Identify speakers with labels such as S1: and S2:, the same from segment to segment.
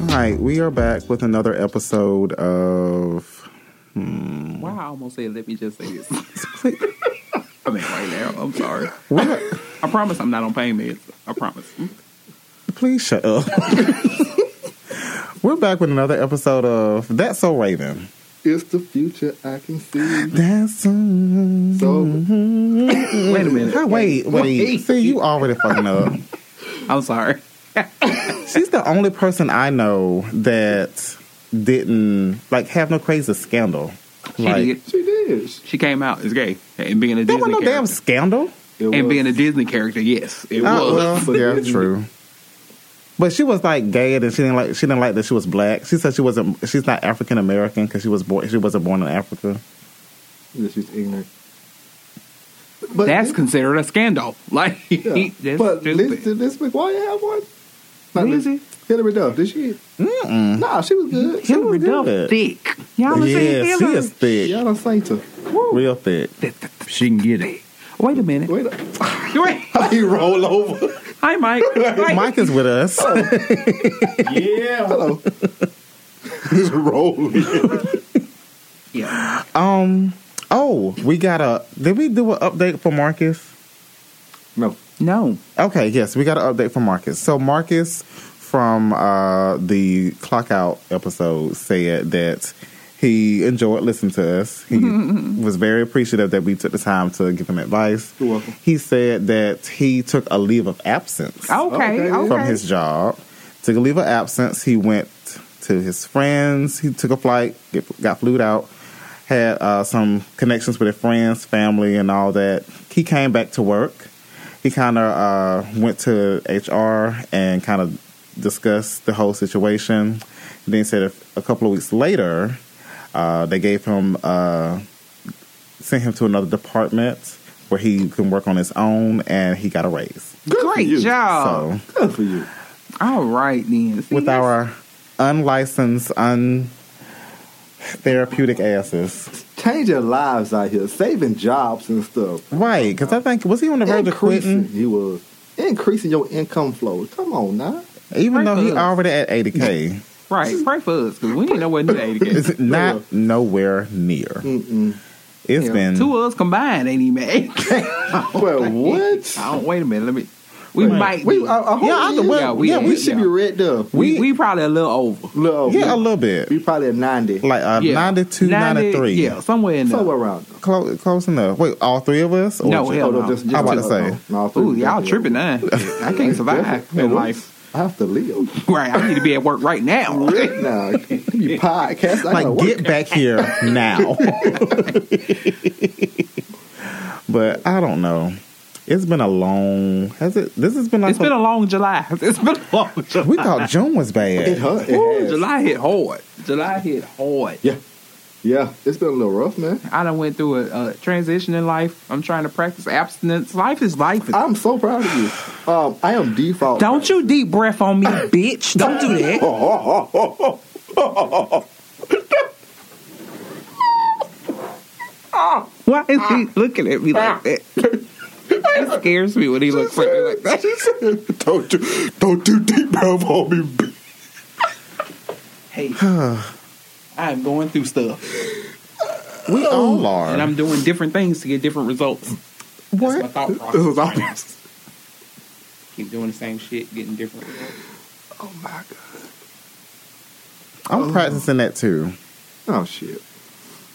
S1: All right, we are back with another episode of. Hmm,
S2: Why I almost said, let me just say this. I mean, right now, I'm sorry.
S1: what?
S2: I promise I'm not on pain meds. I promise.
S1: Please shut up. We're back with another episode of That's So Raven.
S3: It's the future I can see.
S1: That's so. Wait,
S3: So
S2: Mm-hmm. Wait a minute.
S1: wait.
S2: Wait.
S1: See, you already fucking up.
S2: I'm sorry.
S1: She's the only person I know that didn't like have no crazy scandal.
S2: She
S1: Like
S2: did.
S3: she did.
S2: She came out as gay and being a
S1: there
S2: Disney
S1: wasn't no damn
S2: character.
S1: scandal.
S3: It
S2: and
S3: was-
S2: being a Disney character, yes, it
S1: Oh,
S2: was.
S1: well, yeah, that's true. But she was like gay, and she didn't like she didn't like that she was black. She said she wasn't. She's not African American because she was born. She wasn't born in Africa.
S3: yeah, she's ignorant. But
S2: That's considered a scandal. Like,
S3: yeah.
S2: that's
S3: but
S2: stupid.
S3: Liz, did Liz McGuire have one? Not
S2: Who is
S3: Liz-
S2: it?
S3: Hillary Duff. Did she? mm Nah, she was good. She
S1: Hillary
S3: was
S1: Duff.
S3: good.
S2: thick. Y'all yeah,
S1: yeah,
S2: see
S1: she is thick,
S3: Y'all done sanked her.
S1: real thick.
S2: She can get it. Wait a minute.
S3: Wait, up.
S2: Wait.
S3: he roll over.
S2: Hi, Mike. Mike.
S1: Mike is with us.
S3: Oh.
S4: Yeah.
S3: Hello. He's rolling.
S2: Yeah.
S1: Um. Oh, we got a. Did we do an update for Marcus?
S3: No.
S2: No.
S1: Okay, yes, we got an update from Marcus. So Marcus from uh, the clock out episode said that he enjoyed listening to us. He was very appreciative that we took the time to give him advice.
S3: You're welcome.
S1: He said that he took a leave of absence
S2: Okay.
S3: Okay.
S2: Okay.
S1: from his job. Took a leave of absence. He went to his friends. He took a flight, get, got flued out, had uh, some connections with his friends, family, and all that. He came back to work. He kind of uh, went to HR and kind of discussed the whole situation. Then he said if a couple of weeks later, uh, they gave him. Uh, sent him to another department where he can work on his own and he got a raise.
S2: Great
S3: you.
S1: So
S2: job.
S3: Good for you.
S2: All right, then. See,
S1: with
S2: that's-
S1: our unlicensed, untherapeutic asses.
S3: Changing lives out here, saving jobs and stuff.
S1: Right, because I think, was he on the verge of
S3: Increasing.
S1: quitting?
S3: He was increasing your income flow. Come on now.
S1: Even though he
S2: Right.
S1: already at 80K.
S2: Right. Pray for us because we ain't nowhere near 80 kids.
S1: It's not nowhere near. It's
S3: Yeah.
S1: been,
S2: Two of us combined ain't even 80
S3: Well, what?
S2: I don't, wait a minute. Let me. We might.
S3: We,
S2: be.
S3: I, I hope
S1: Yeah, I
S3: he
S1: could-
S3: is.
S1: well,
S2: yeah, we-
S3: yeah, we
S2: yeah.
S3: should be red there.
S2: we, we probably a little over.
S3: Look,
S1: yeah, a
S3: we,
S1: little bit.
S3: we probably at 90.
S1: Like uh, a
S2: Yeah.
S1: 92,
S2: 90
S1: 93.
S2: Yeah, somewhere in there.
S3: somewhere around there.
S1: Close, close enough. Wait, all three of us? Or
S2: No,
S1: just-
S2: hell
S3: Oh, no,
S2: no.
S3: just- just
S1: I about to
S3: two.
S1: say.
S3: No, no, all three.
S2: Ooh, y'all
S3: Yeah.
S2: tripping now. I can't survive
S3: Definitely.
S2: in
S3: Hey,
S2: life.
S3: I have to live.
S2: Right. I need to be at work right now.
S3: Right now. You podcast. I gotta
S1: like
S3: work.
S1: get back here now. but I don't know. It's been a long. Has it? This has been like
S2: It's been a long July. It's been a long July.
S1: we thought June was
S3: It
S1: bad.
S3: hurt. It
S2: Ooh,
S3: has.
S2: July hit hard. July hit hard.
S3: Yeah. Yeah, it's been a little rough, man.
S2: I done went through a, a transition in life. I'm trying to practice abstinence. Life is life.
S3: I'm so proud of you. Um, I am default.
S2: Don't you deep breath on me, bitch. Don't do that. Ah. Why is he looking at me like that? scares me when he looks at me like that.
S5: don't do, don't do deep breath on me. b-
S2: Hey, I'm going through stuff,
S1: We
S3: Oh.
S1: all are.
S2: and I'm doing different things to get different results. That's my
S1: what?
S2: thought
S5: This is
S2: process.
S5: obvious.
S2: Keep doing the same shit, getting different results.
S5: Oh my god.
S1: I'm practicing that too.
S3: Oh shit.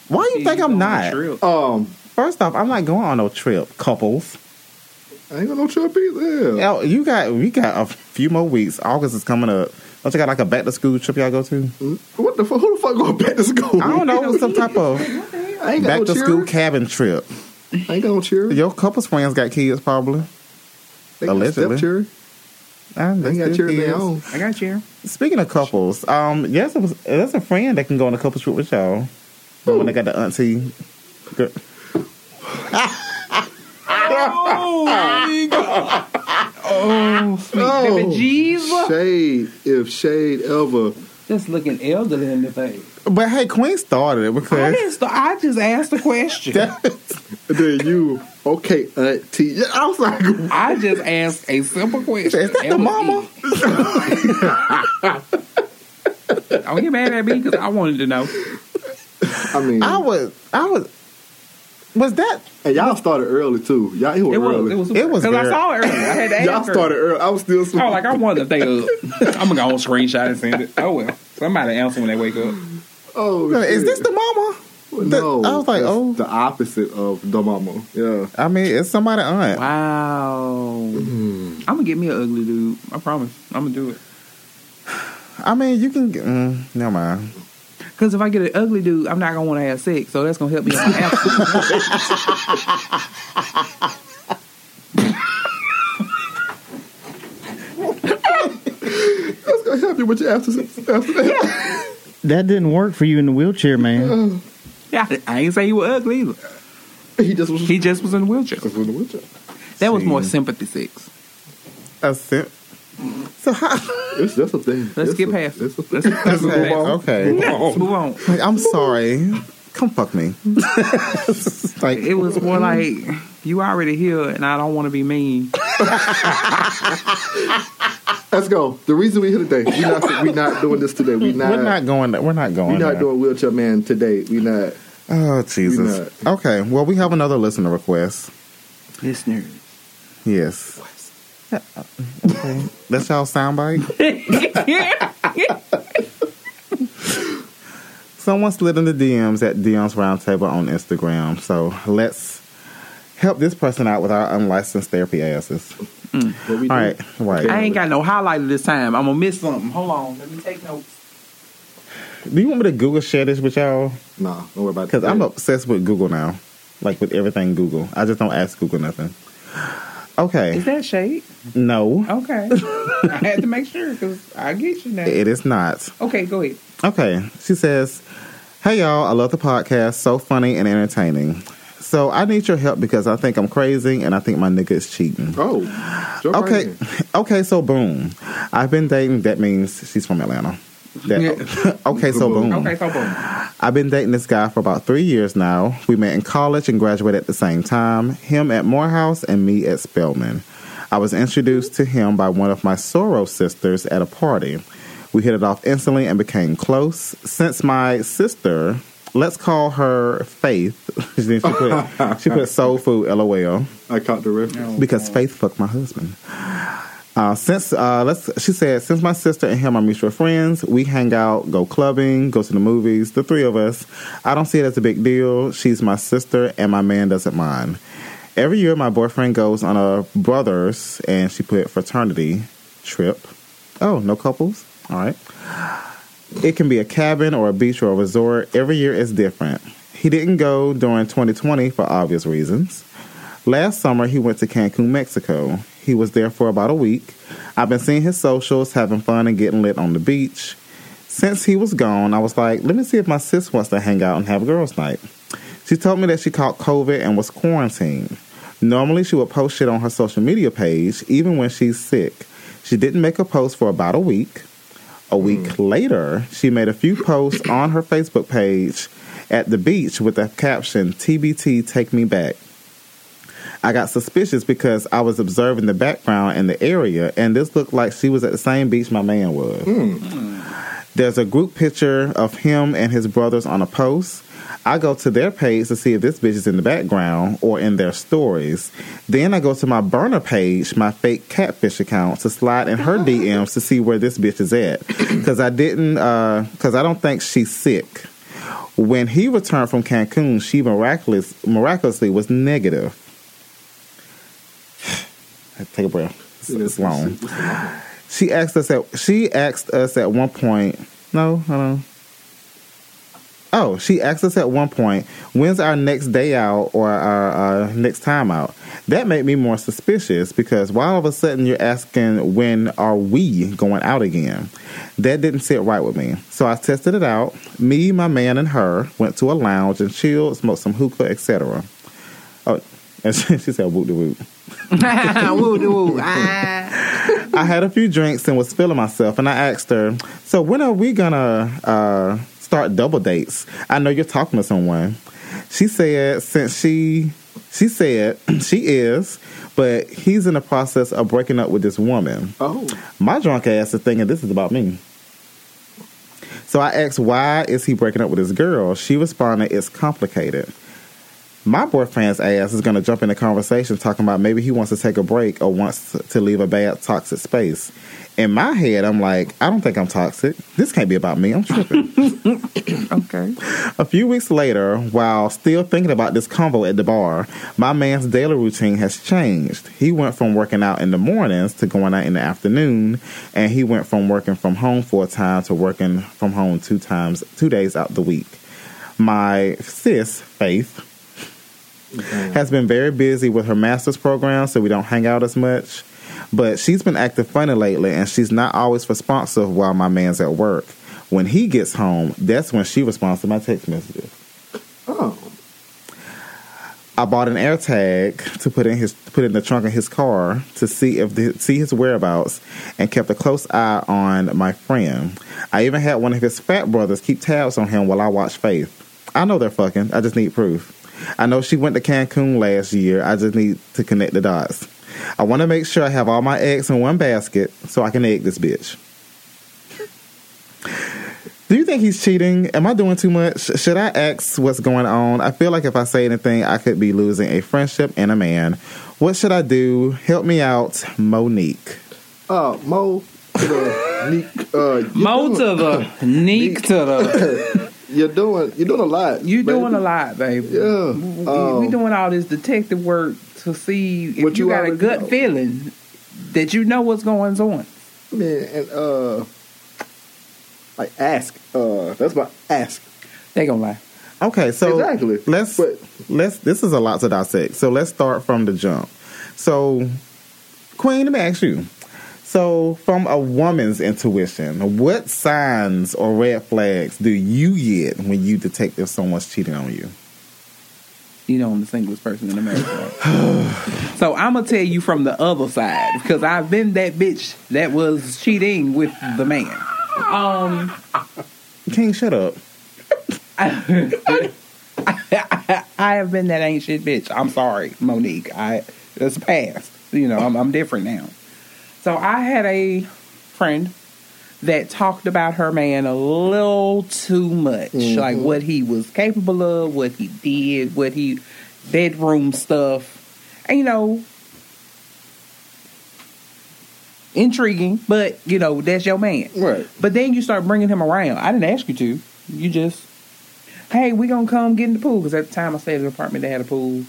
S1: Why do
S2: See,
S1: you think I'm
S2: going on a
S1: not?
S2: trip.
S3: Um,
S1: First off, I'm not going on no trip, couples.
S3: I ain't got no trip either.
S1: Oh, you got we got a few more weeks. August is coming up. Don't you got like a back to school trip y'all go to?
S3: What the fuck? Who the fuck going back to school?
S1: I don't know, some type of
S3: I ain't got
S1: back
S3: no
S1: to
S3: cheer.
S1: school cabin trip.
S3: I ain't got no cheer.
S1: Your couple's friends got kids probably.
S3: they got
S1: allegedly.
S3: step cheer.
S1: I
S3: They ain't got cheer of their own.
S2: I got you.
S1: Speaking of couples, um, yes, it was, there's a friend that can go on a couple trip with y'all. But when they got the auntie, girl,
S2: Baby Jesus.
S3: Oh, Shade, if Shade ever.
S2: Just looking elderly in the face.
S1: but hey, Queen started it
S2: I,
S1: because
S2: just, I just asked the question.
S3: Then you, okay, auntie. Yeah, I was like,
S2: I just asked a simple question.
S1: Is that the
S2: was
S1: mama?
S2: it. Don't get mad at me because I wanted to know.
S3: I mean,
S1: I was, I was, was that
S3: and y'all started early too. Y'all, it was
S2: It was.
S3: early.
S2: It was.
S1: It was
S2: Because I
S1: very-
S2: saw it earlier. I had to ask
S3: y'all
S2: her.
S3: started early. I was still
S2: Oh,
S3: sleeping.
S2: like I wanted to stay up. uh, I'm gonna go on screenshot and send it. Oh well, somebody answer when they wake up.
S3: Oh,
S1: is
S3: shit.
S1: this the mama? the-
S3: no,
S1: I was like,
S3: that's
S1: oh.
S3: the opposite of the mama. Yeah,
S1: I mean, it's somebody aunt.
S2: Wow.
S1: Hmm.
S2: I'm gonna get me an ugly dude. I promise. I'm gonna do it.
S1: I mean, you can. get- Mm, never mind.
S2: Because if I get an ugly dude, I'm not gonna want to have sex. So that's gonna help me. on my abstinence.
S3: that's gonna help you with your absence.
S6: That didn't work for you in the wheelchair, man.
S2: yeah, I ain't say he was ugly either.
S3: he just was.
S2: He just was in a wheelchair.
S3: was in the wheelchair.
S2: That was more sympathy sex.
S1: A sim- so how?
S3: It's that's a thing.
S2: Let's
S3: It's
S2: get
S3: a-
S2: past it.
S3: it's a-
S2: Let's, let's move
S1: Okay.
S2: on.
S1: okay.
S2: Let's move on.
S1: Like, I'm sorry. Come fuck me. It's like
S2: It was more like you already here, and I don't want to be mean.
S3: Let's go. The reason we here today, we not we not doing this today. We not
S1: we're not going. We're not going.
S3: we
S1: there.
S3: not doing wheelchair man today. We not.
S1: Oh Jesus. Okay. Well, we have another listener request.
S2: Listeners.
S1: Yes. Okay. That's y'all soundbite. Someone slid in the DMs at Dion's Roundtable on Instagram. So let's help this person out with our unlicensed therapy asses.
S3: But we
S1: All
S3: do.
S1: right. Right.
S2: I ain't got no highlighter this time. I'm gonna miss something. Hold on, let me take notes.
S1: Do you want me to Google share this with y'all?
S3: Nah, don't worry about it.
S1: Because I'm obsessed with Google now, like with everything Google. I just don't ask Google nothing.
S2: Is
S1: Okay,
S2: that shade?
S1: no,
S2: Okay, I had to make sure because I get you now.
S1: it is not.
S2: Okay, go ahead.
S1: Okay, she says, "Hey y'all, I love the podcast. So funny and entertaining. So I need your help because I think I'm crazy and I think my nigga is cheating."
S3: Oh, jump right
S1: Okay,
S3: in.
S1: okay. So boom, I've been dating. That means she's from Atlanta. That- okay, so boom.
S2: Okay, so boom.
S1: I've been dating this guy for about three years now. We met in college and graduated at the same time, him at Morehouse and me at Spelman. I was introduced to him by one of my soror sisters at a party. We hit it off instantly and became close. Since my sister, let's call her Faith, then she put, she put soul food LOL
S3: I caught the reference.
S1: because Faith fucked my husband. Uh, since uh, let's, she said, since my sister and him are mutual friends, we hang out, go clubbing, go to the movies, the three of us. I don't see it as a big deal. She's my sister, and my man doesn't mind. Every year, my boyfriend goes on a brothers, and she put fraternity trip. Oh, no couples. All right. It can be a cabin or a beach or a resort. Every year is different. He didn't go during 2020 for obvious reasons. Last summer, he went to Cancun, Mexico. He was there for about a week. I've been seeing his socials, having fun, and getting lit on the beach. Since he was gone, I was like, let me see if my sis wants to hang out and have girls' night. She told me that she caught COVID and was quarantined. Normally, she would post shit on her social media page, even when she's sick. She didn't make a post for about a week. A week later, she made a few posts on her Facebook page at the beach with the caption, TBT, take me back. I got suspicious because I was observing the background and the area, and this looked like she was at the same beach my man was. There's a group picture of him and his brothers on a post. I go to their page to see if this bitch is in the background or in their stories. Then I go to my burner page, my fake catfish account, to slide in her DMs to see where this bitch is at. Because I didn't, because I don't think she's sick. When he returned from Cancun, she miraculous, miraculously was negative. Take a breath. It's, it's long. She asked us at she asked us at one point. No, hold on. Oh, she asked us at one point, when's our next day out or our uh, next time out? That made me more suspicious because why all of a sudden you're asking, when are we going out again? That didn't sit right with me. So I tested it out. Me, my man, and her went to a lounge and chilled, smoked some hookah, etc. Oh, and she, she said, whoop de whoop.
S2: woo, woo, woo. Ah.
S1: I had a few drinks and was feeling myself, and I asked her, "So when are we gonna uh, start double dates? I know you're talking to someone." She said, "Since she." She said she is, but he's in the process of breaking up with this woman.
S3: Oh,
S1: My drunk ass is thinking this is about me. So I asked, why is he breaking up with his girl? She responded, it's complicated. My boyfriend's ass is going to jump into conversation talking about maybe he wants to take a break or wants to- to leave a bad, toxic space. In my head, I'm like, I don't think I'm toxic. This can't be about me. I'm tripping.
S2: Okay.
S1: A few weeks later, while still thinking about this convo at the bar, my man's daily routine has changed. He went from working out in the mornings to going out in the afternoon, and he went from working from home full time to working from home two times, two days out the week. My sis, Faith, has been very busy with her master's program, so we don't hang out as much. But she's been acting funny lately, and she's not always responsive while my man's at work. When he gets home, that's when she responds to my text messages.
S3: oh,
S1: I bought an AirTag to put in his put in the trunk of his car to see if the, see his whereabouts, and kept a close eye on my friend. I even had one of his fat brothers keep tabs on him while I watched Faith. I know they're fucking. I just need proof. I know she went to Cancun last year. I just need to connect the dots. I want to make sure I have all my eggs in one basket so I can egg this bitch. Do you think he's cheating? Am I doing too much? Should I ask what's going on? I feel like if I say anything, I could be losing a friendship and a man. What should I do? Help me out, Monique.
S3: uh, Mo, to the Neek, uh, you
S2: Mo
S3: doing-
S2: to the neek to the.
S3: You're doing, you're doing a lot.
S2: You
S3: baby.
S2: doing a lot, baby.
S3: Yeah,
S2: We, we
S3: um,
S2: doing all this detective work to see if
S3: What
S2: you,
S3: you
S2: got a
S3: already
S2: gut
S3: know.
S2: feeling that you know what's going on.
S3: man, and uh, like ask. Uh, that's my ask.
S2: They gonna lie.
S1: Okay, so
S3: Exactly.
S1: Let's
S3: But-
S1: let's. This is a lot to dissect. So let's start from the jump. So, Queen, let me ask you. So, from a woman's intuition, what signs or red flags do you get when you detect if someone's cheating on you?
S2: You know, I'm the singlest person in America. right? so I'm gonna tell you from the other side because I've been that bitch that was cheating with the man. Um,
S1: King, shut up.
S2: I have been that ancient bitch. I'm sorry, Monique. I it's past. You know, I'm, I'm different now. So I had a friend that talked about her man a little too much, like what he was capable of, what he did, what he bedroom stuff, and you know, intriguing. But you know, that's your man.
S3: Right.
S2: But then you start bringing him around. I didn't ask you to. You just, hey, we gonna come get in the pool because at the time I stayed at an apartment that had a pool,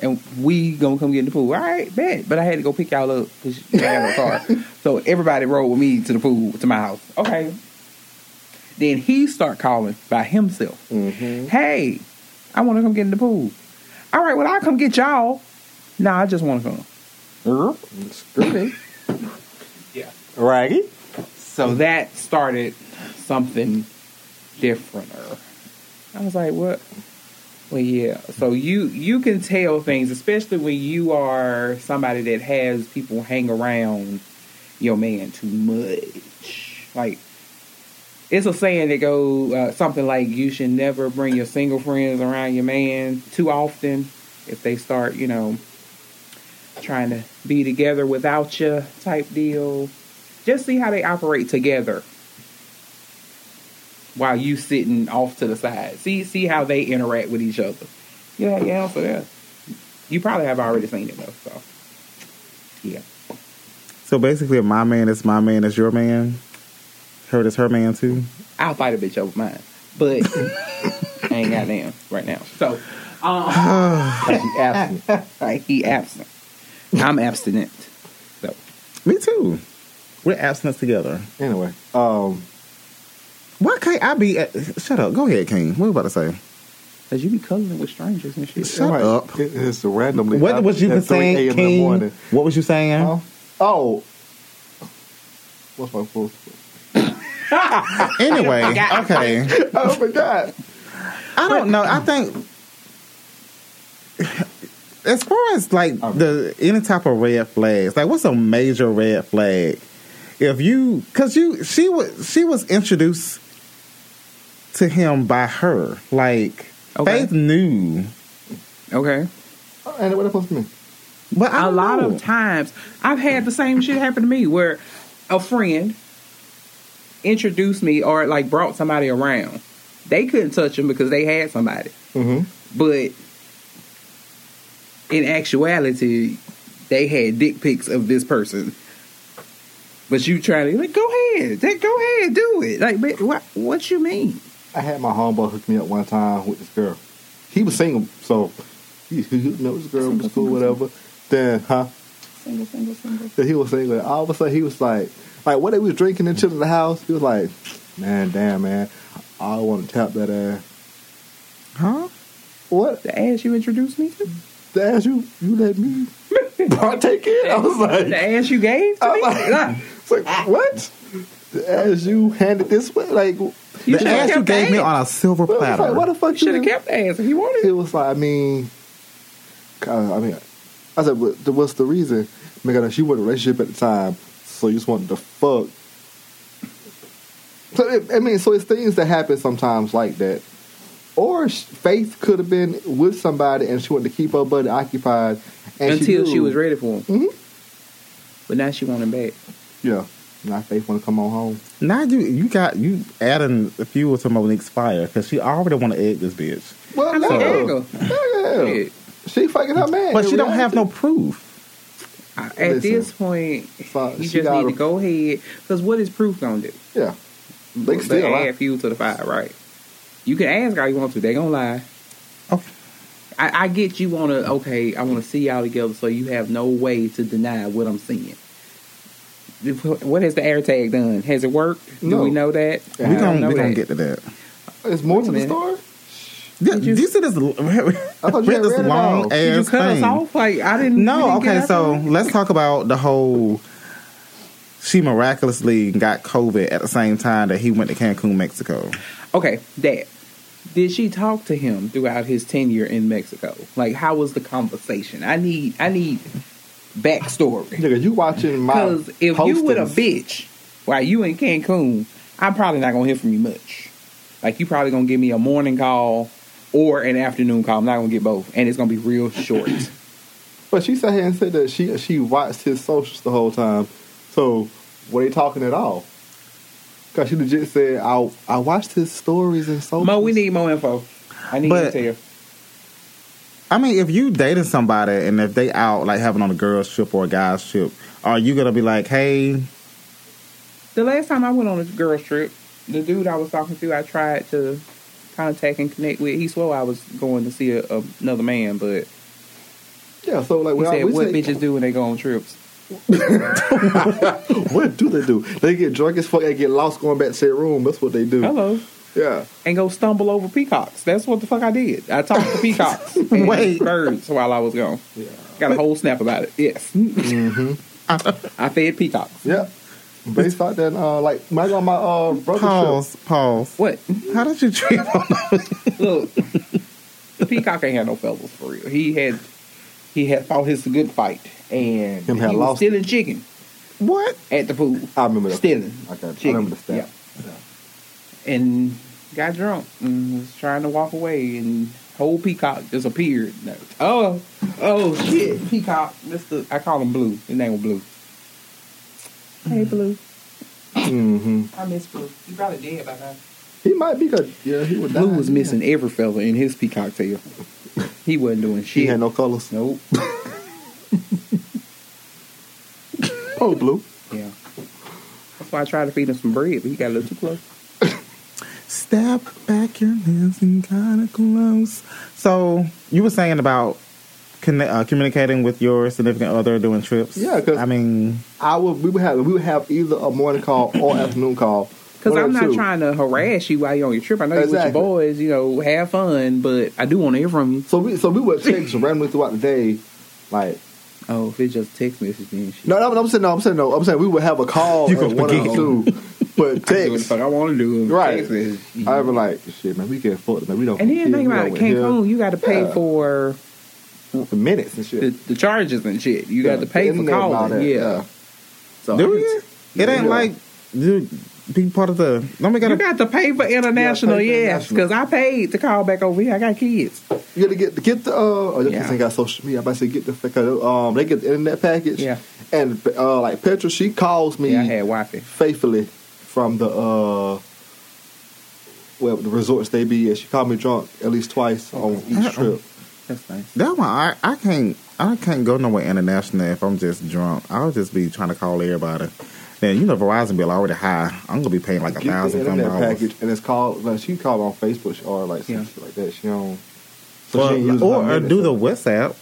S2: and we gonna come get in the pool. All right, bet. But I had to go pick y'all up because I had a car. So everybody rode with me to the pool to my house. Okay. Then he start calling by himself. Hey, I want to come get in the pool. All right, well I'll come get y'all. Nah, I just want to come. Erp.
S3: Screaming.
S1: Right.
S2: So that started something differenter. I was like, what? Well, yeah. So you you can tell things, especially when you are somebody that has people hang around your man too much. Like it's a saying that goes uh, something like, "You should never bring your single friends around your man too often. If they start, you know, trying to be together without you type deal. Just see how they operate together while you sitting off to the side. See see how they interact with each other. You have your answer there. You probably have already seen it though, so yeah.
S1: So basically, my man is my man is your man. Her is her man too.
S2: I'll fight a bitch over mine. But I ain't got them right now. So um,
S3: He absent.
S2: like, he absent. I'm abstinent. So
S1: Me too. We're abstinence together.
S3: Anyway, um,
S1: Why can't I be? At, shut up. Go ahead, King. What were you about to say?
S2: Cause you be cuddling with strangers and shit.
S1: Shut
S3: like,
S1: up.
S3: it- it's randomly.
S1: What was you
S3: at
S1: been
S3: 3 a.m.
S1: saying,
S3: in the
S1: King?
S3: morning.
S1: What was you saying?
S3: Huh? Oh, what's my full?
S1: Anyway, okay.
S3: I forgot.
S1: I don't know.
S2: um,
S1: I think as far as like
S2: Oh.
S1: the any type of red flags, like what's a major red flag? If you, because you, she was she was introduced to him by her. Like
S2: Okay.
S1: Faith knew,
S2: Okay.
S3: Oh, and what that supposed to mean?
S1: but I
S2: a
S1: don't
S2: lot
S1: know.
S2: of times I've had the same shit happen to me where a friend introduced me or like brought somebody around. They couldn't touch them because they had somebody. Mm-hmm. But in actuality, they had dick pics of this person. But you try to like go ahead, Just go ahead, do it. Like, but what what you mean?
S3: I had my homeboy hook me up one time with this girl. He was single, so he he hooked me up with this girl, it was cool, whatever. Then, huh?
S2: Single, single, single.
S3: Then he was single. All of a sudden, he was like, like what they was drinking and chilling at the house. He was like, man, damn, man, I want to tap that ass.
S1: huh?
S3: What?
S2: The ass you introduced me to?
S3: The ass you you let me partake in? I was like,
S2: The ass you gave to me? Like,
S3: It's like, what? The ass you handed this way? Like,
S2: you
S1: the
S2: should've
S1: ass you
S2: kept the
S1: gave me
S2: ass.
S1: on a silver
S3: what,
S1: platter.
S3: like, what the fuck
S2: You should have kept the ass if you wanted
S3: It
S2: it.
S3: was like, I mean, uh, I mean, I said, what, the- what's the reason? Because she was in a relationship at the time, so you just wanted to fuck. So it, I mean, so it's things that happen sometimes like that. Or sh- Faith could have been with somebody and she wanted to keep her buddy occupied and
S2: until she,
S3: knew-
S2: was ready for him.
S3: Mhm.
S2: But now she want him back.
S3: Yeah, now Faith want to come on home.
S1: now you you got you adding fuel to Monique's fire because she already want to egg this bitch,
S3: Well,
S2: I mean,
S3: no.
S2: there you go.
S3: Yeah.
S2: Shit.
S3: She fucking her man.
S1: but
S3: in
S1: she don't have no
S3: reality.
S1: proof.
S2: I- At
S3: Listen.
S2: this point, you
S3: Fuck, she
S2: just need
S3: gotta-
S2: to go ahead. Because what is proof going to do?
S3: Yeah. They can
S2: They
S3: still lie.
S2: add fuel to the fire, right? You can ask all you want to. They gonna lie.
S1: Okay.
S2: I, I get you want to. Okay, I want to see y'all together, so you have no way to deny what I'm seeing. What has the air tag done? Has it worked? Do
S3: No.
S2: we know that?
S3: Yeah,
S1: we
S3: I
S1: don't
S2: know
S1: we
S2: that.
S1: don't get to that.
S3: It's more
S2: Wait a
S3: to the
S2: minute.
S3: story.
S1: Yeah, do you see this? l-
S3: I thought you
S1: read
S3: had
S1: this
S3: read it all.
S1: long
S2: Did you
S1: ass
S2: cut us
S1: thing.
S2: off? Like I didn't. we
S1: No,
S2: didn't get
S1: okay.
S2: out
S1: So
S2: there?
S1: let's talk about the whole. She miraculously got COVID at the same time that he went to Cancun, Mexico.
S2: Okay, Dad. Did she talk to him throughout his tenure in Mexico? Like, how was the conversation? I need, I need backstory.
S3: Nigga, you watching my
S2: Because if you with a
S3: postings.
S2: bitch while you in Cancun, I'm probably not gonna hear from you much. Like, you probably gonna give me a morning call or an afternoon call. I'm not gonna get both, and it's gonna be real short.
S3: But she sat here and said that she she watched his socials the whole time. So were they talking at all? Cause she legit said I I watched his stories and socials.
S2: Mo, we need more info. I need
S1: But-
S2: you to tell.
S1: I mean, if you dating somebody and if they out like having on a girls trip or a guys trip, are you gonna be like, hey,
S2: The last time I went on a girls trip, the dude I was talking to, I tried to contact and connect with. He swore I was going to see a, a- another man, but
S3: Yeah, so like
S2: he
S3: when I,
S2: said,
S3: we
S2: "What
S3: say-
S2: bitches do when they go on trips?"
S3: What do they do? They get drunk as fuck. They get lost going back to their room. That's what they do.
S2: Hello,
S3: Yeah.
S2: and go stumble over peacocks. That's what the fuck I did. I talked to peacocks and
S1: Wait.
S2: birds while I was gone.
S3: Yeah.
S2: Got a whole snap about it. Yes,
S3: Mm-hmm.
S2: I fed peacocks.
S3: Yeah. Based on that, uh, like when I go on my uh, brother's trip.
S1: pause, pause.
S2: What?
S1: How did you trip? on-
S2: Look, the peacock ain't had no feathers for real. He had he had fought his good fight, and
S3: Him had
S2: he was
S3: lost
S2: stealing chicken
S1: what?
S2: at the pool.
S3: I remember that.
S2: stealing.
S3: Okay, I
S2: chicken.
S3: remember the stat.
S2: Yeah. And got drunk and was trying to walk away and Whole peacock disappeared. No. Oh, oh shit, peacock. Mister, I call him Blue. His name was Blue. Hey, Blue.
S3: Mm-hmm.
S2: I miss Blue. You probably dead by now.
S3: He might be good. Yeah, he would die.
S2: Blue was missing every fella in his peacock tail. He wasn't doing shit.
S3: He had no colors.
S2: Nope.
S3: Oh, blue.
S2: Yeah. That's why I tried to feed him some bread, but he got a little too close.
S1: Step back your hands and kind of close. So you were saying about conne- uh, communicating with your significant other doing trips.
S3: Yeah, 'cause-
S1: I mean,
S3: I would. We would have. We would have either a morning call or afternoon call.
S2: Because
S3: One of
S2: I'm
S3: the
S2: not
S3: two.
S2: trying to harass you while you're on your trip. I know you're with
S3: Exactly.
S2: your boys, you know, have fun, but I do want to hear from you.
S3: So we. So we would text randomly throughout the day. Like
S2: Oh, if it's just text message, then shit.
S3: no, no, I'm saying no. I'm saying no. I'm saying we would have a call
S1: You
S3: at
S1: go
S3: one of the
S1: again.
S3: two. But
S2: I do what the
S3: text.
S2: fuck I want to do.
S3: Right.
S2: Text message.
S3: I was like, shit, man, we can't afford it, man. We don't.
S2: And then think about it, Cancun, you got to pay
S3: Yeah.
S2: for
S3: for minutes and shit.
S2: the, the charges and shit. You got to
S3: Yeah,
S2: pay for
S3: internet and all
S2: calling.
S3: that,
S2: Yeah.
S3: So
S1: do you? It ain't
S3: Yeah.
S1: like dude, be part of the. Don't make it
S2: You
S1: a-
S2: got to pay for international,
S3: for
S2: yes,
S3: international.
S2: because I paid to call back over here. I got kids.
S3: You gotta get get the uh, oh, your
S2: Yeah.
S3: kids ain't got social media. I'm about to say get the fuck out. um they get the internet package.
S2: Yeah.
S3: and uh, like Petra, she calls me
S2: Yeah, I had Wi-Fi.
S3: faithfully from the uh, well the resorts they be at. She called me drunk at least twice on
S2: Uh-huh.
S3: each trip.
S2: That's nice.
S1: That one, I, I can't I can't go nowhere international if I'm just drunk. I'll just be trying to call everybody. Then you know Verizon bill already high. I'm gonna be paying like a
S3: Get the
S1: thousand something
S3: internet
S1: dollars.
S3: package, and it's called. Like, she called on Facebook or like some
S2: Yeah.
S3: shit like that. She on.
S1: Well, or, or do the
S3: what?
S1: WhatsApp.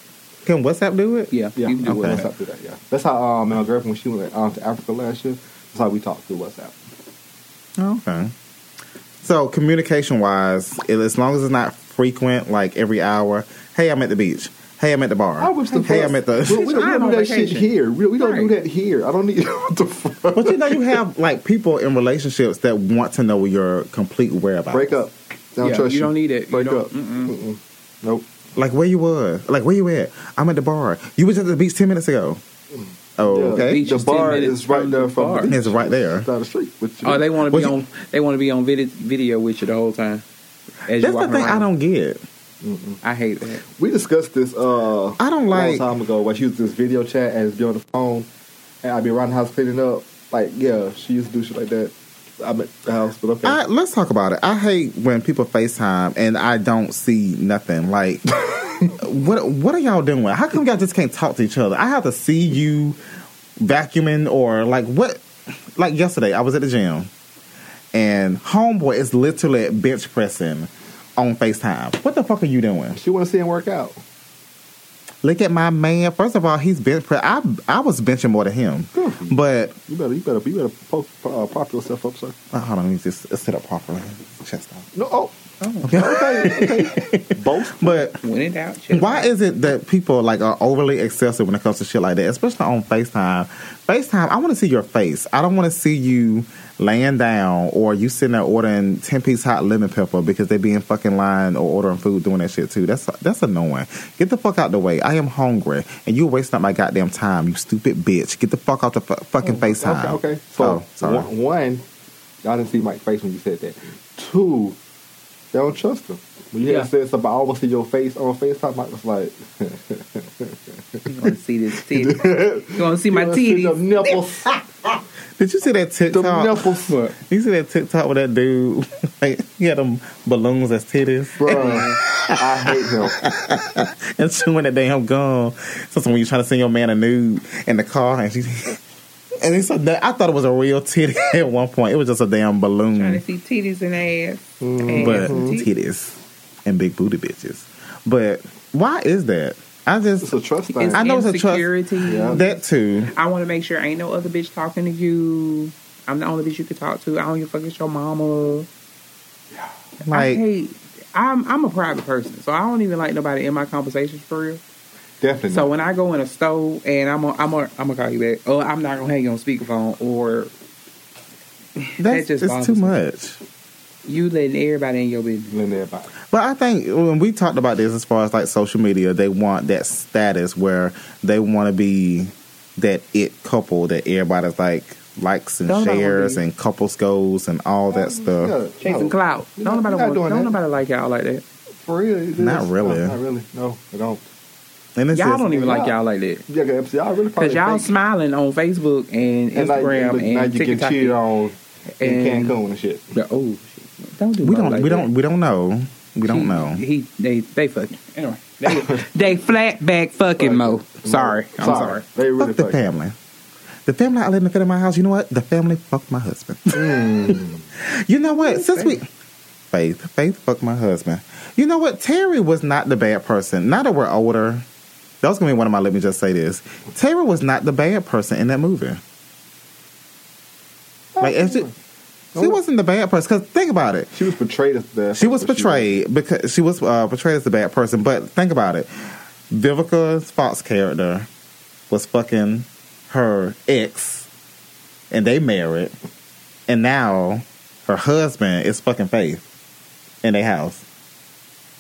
S1: Can WhatsApp do it?
S2: Yeah,
S3: Yeah,
S2: you can do
S1: okay.
S2: okay.
S3: WhatsApp do that. Yeah, that's how um, my girlfriend when she went um, to Africa last year. That's how we talked through WhatsApp.
S1: Oh, okay. So communication wise, it, as long as it's not frequent, like every hour. Hey, I'm at the beach. Hey, I'm at the bar.
S3: I wish the
S1: hey, I'm at
S3: We,
S1: the.
S3: we don't, we
S2: I'm
S3: don't
S2: on
S3: do that shit
S2: vacation.
S3: here. We, we don't do
S2: Right.
S3: that here. I don't need what the fuck.
S1: but you know, you have like people in relationships that want to know your complete whereabouts.
S3: Break up. Don't
S2: Yeah,
S3: trust
S2: you
S3: you.
S2: don't need it. You
S3: Break
S2: don't-
S3: up. Mm-mm. Nope.
S1: Like where you was? Like where you at? I'm at the bar. You was at the beach ten minutes ago. Oh,
S3: Yeah,
S1: okay.
S2: beach
S3: The
S2: is 10
S3: bar
S2: minutes
S3: is right
S2: from
S3: there
S2: the
S3: from
S2: bar.
S3: the beach.
S1: It's right there.
S3: down the street. Which
S2: Oh, they want to
S1: Well,
S2: be
S1: you-
S2: on. They want to be on vid- video with you the whole time. As
S1: That's the
S2: walking
S1: thing I
S2: around.
S1: don't get.
S2: I hate that.
S3: we discussed this uh,
S1: I don't like.
S3: a long time ago where she used this video chat and it'd be on the phone and I'd be around the house cleaning up. Like, yeah, she used to do shit like that. I'm at the house, but okay.
S1: I, let's talk about it. I hate when people FaceTime and I don't see nothing. Like, what what are y'all doing? How come y'all just can't talk to each other? I have to see you vacuuming or like what? Like yesterday, I was at the gym and homeboy is literally bench pressing on FaceTime. What the fuck are you doing?
S3: she want to see him work out.
S1: Look at my man. First of all, he's bench press. I I was benching more than him, but
S3: You better, you better, you better pop, uh, pop yourself up, sir.
S1: oh, hold on, let me just sit up properly. Chest out.
S3: No, oh,
S1: Both, but
S2: When in doubt, check
S1: Why
S2: it out.
S1: is it that people like are overly excessive when it comes to shit like that, especially on FaceTime? FaceTime, I want to see your face. I don't want to see you laying down or you sitting there ordering ten piece hot lemon pepper because they be in fucking line or ordering food doing that shit too. That's that's annoying. Get the fuck out the way. I am hungry and you're wasting up my goddamn time. You stupid bitch. Get the fuck off the fu- fucking FaceTime.
S3: Oh, Okay, okay. So,
S1: oh, sorry.
S3: one, one, y'all didn't see Mike's face when you said that. Two, they don't trust him. When you
S2: Yeah.
S3: had said something, I almost see your face on FaceTime, Mike was like,
S2: You want to see this titty? you want to see my
S3: "You wanna see
S2: titties?
S3: Them nipples.
S1: Did you see that
S3: them
S1: TikTok?
S3: nipples.
S1: You see that TikTok with that dude? like, he had them balloons as titties.
S3: Bruh, I hate him.
S1: and chewing that damn gum. So, so when you're trying to send your man a nude in the car, and she and it's a, I thought it was a real titty at one point. It was just a damn
S2: Trying to
S1: balloon,
S2: see titties and ass. Ass
S1: but
S2: and titties.
S1: titties and big booty bitches. But why is that? I
S3: It's
S1: just
S3: a trust thing.
S2: It's
S1: I know it's a trust-
S2: insecurity.
S3: Yeah.
S1: that too.
S2: I want to make sure ain't no other bitch talking to you. I'm the only bitch you can talk to. I don't give a fuck if it's your mama. I
S1: Like
S2: hate. I'm I'm a private person, so I don't even like nobody in my conversations for real.
S3: Definitely.
S2: So
S3: not.
S2: when I go in a store and I'm i I'm i am I'm gonna call you back, or I'm not gonna hang you on speakerphone, or
S1: that's
S2: that just
S1: it's too
S2: bothers me.
S1: much.
S2: you letting everybody in your business.
S3: Lend everybody.
S1: But I think when we talked about this, as far as like social media, they want that status where they want to be that it couple that everybody's like likes and
S2: Don't nobody wanna
S1: shares
S2: be-
S1: and couples goals and all that stuff.
S3: Yeah,
S2: Chasing
S3: no.
S2: clout.
S3: You're
S2: Don't nobody
S3: not- you're not
S2: want,
S3: doing
S2: don't
S3: that.
S2: nobody like y'all like that.
S3: For real? it is.
S1: Not really.
S3: No, not really. No, I don't.
S1: And it's
S2: Y'all
S1: just-
S2: don't even like
S3: Yeah.
S2: y'all like that.
S3: Yeah, cause y'all really probably
S2: Because y'all
S3: think-
S2: smiling on Facebook and
S3: and like,
S2: Instagram
S3: look,
S2: and
S3: now you
S2: TikTok.
S3: get cheated on in
S2: and-
S3: Cancun and shit.
S2: Yeah, oh, shit. don't do
S1: We
S2: Mo
S1: don't.
S2: like
S1: we
S2: that.
S1: don't. We don't know. We don't
S2: He-
S1: know.
S2: He they they fucking anyway. They, they flat back fucking Mo. Sorry, I'm sorry.
S3: They really
S1: Fuck the
S3: fucking-
S1: family. The family outlet in the fit of my house. You know what? The family fucked my husband. you know what? Since we Faith, Faith fucked my husband. You know what? Terry was not the bad person. Now that we're older, that was gonna be one of my. Let me just say this: Terry was not the bad person in that movie.
S3: Oh,
S1: Like, if she, she wasn't the bad person. Because think about it.
S3: She was portrayed as the.
S1: She was portrayed because she was uh, portrayed as a bad person. But think about it, Vivica Fox character was fucking her ex, and they married, and now her husband is fucking Faith in their house,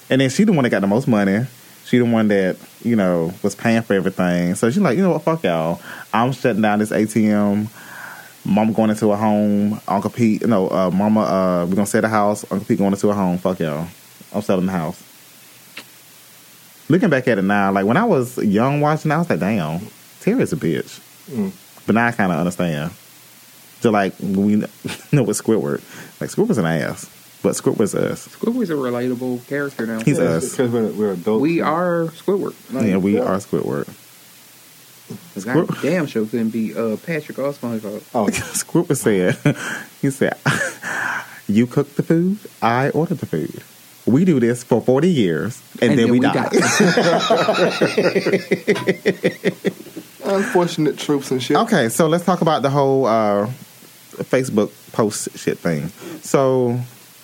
S1: and then she the one that got the most money. She the one that you know was paying for everything. So she's like, you know what, fuck y'all. I'm shutting down this ATM. Mom going into a home. Uncle Pete, no, uh, Mama, uh, we're gonna sell the house. Uncle Pete going into a home. Fuck y'all. I'm selling the house. Looking back at it now, like when I was young watching, I was like, damn, Terry's a bitch. But now I kind of understand. So like we know what Squidward, like Squidward's an ass, but Squidward's us.
S2: Squidward's a relatable character now.
S1: He's
S3: Yeah,
S1: us.
S3: because we're, we're adults.
S2: we are Squidward. Like,
S1: Yeah, we
S3: yeah.
S1: are Squidward.
S2: God damn sure couldn't be uh, Patrick or SpongeBob.
S3: Oh,
S1: Squidward said, he said, you cook the food, I order the food. We do this for 40 years, and, then, we, die.
S3: unfortunate troops and shit.
S1: okay, so let's talk about the whole uh, Facebook post shit thing. So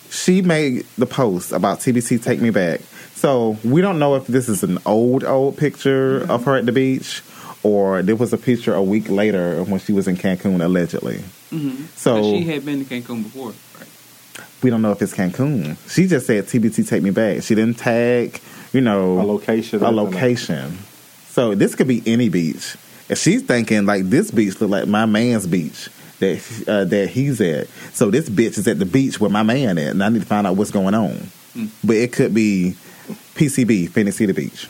S1: she made the post about TBC Take Me Back. So we don't know if this is an old, old picture of her at the beach or there was a picture a week later of when she was in Cancun, allegedly. So
S2: she had been to Cancun before. Right?
S1: we don't know if it's Cancun. She just said TBT take me back. She didn't tag, you know,
S3: A location.
S1: A location. So this could be any beach. And she's thinking like this beach look like my man's beach that uh, that he's at. So this bitch is at the beach where my man at, and I need to find out what's going on.
S3: Mm.
S1: But it could be PCB, Phoenix City Beach.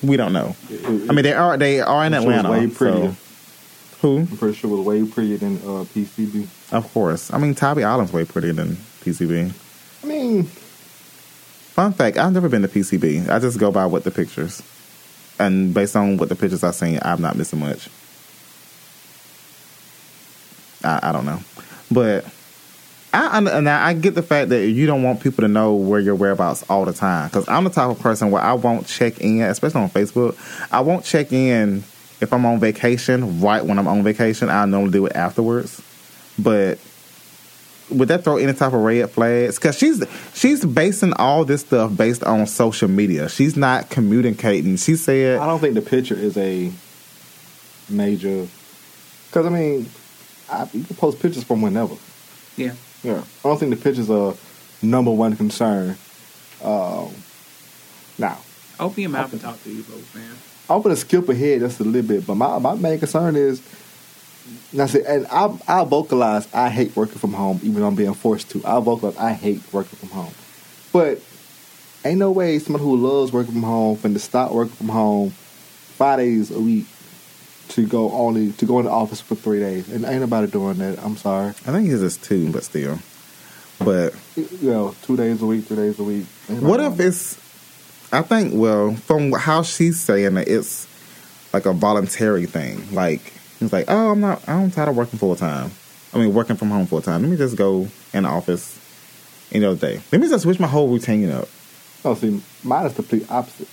S1: we don't know. I mean, they are they are in
S3: I'm sure it's
S1: Atlanta.
S3: way
S1: so-
S3: prettier.
S1: Who?
S3: I'm pretty sure it was way prettier than uh, PCB.
S1: Of course. I mean, Tybee Island's way prettier than PCB.
S3: I mean,
S1: Fun fact: I've never been to PCB. I just go by what the pictures, and based on what the pictures I've seen, I'm not missing much. I, I don't know, but I un- and I I get the fact that you don't want people to know where your whereabouts all the time. Because I'm the type of person where I won't check in, especially on Facebook. I won't check in if I'm on vacation. Right when I'm on vacation, I normally do it afterwards. But would that throw any type of red flags? Because she's she's basing all this stuff based on social media. She's not communicating. She
S3: I
S1: said,
S3: don't think the picture is a major. Because I mean, I, you can post pictures from whenever.
S2: Yeah.
S3: Yeah, I don't think the pictures are number one concern. Um, now,
S2: Opie and Malcolm talk to you both, man.
S3: I'm gonna skip ahead just a little bit, but my, my main concern is, and I said, and I I vocalize I hate working from home, even though I'm being forced to. I vocalize I hate working from home, but ain't no way someone who loves working from home finna to stop working from home five days a week to go only to go in the office for three days, and ain't nobody doing that. I'm sorry,
S1: I think it's just two, but still. But
S3: you know, two days a week, three days a week. Ain't
S1: what
S3: nobody
S1: if
S3: doing that.
S1: it's? I think well, from how she's saying it, it's like a voluntary thing. Like it's like, oh, I'm not. I'm tired of working full time. I mean, working from home full time. Let me just go in the office any other day. Let me just switch my whole routine up.
S3: No, Oh, see, mine is the complete opposite.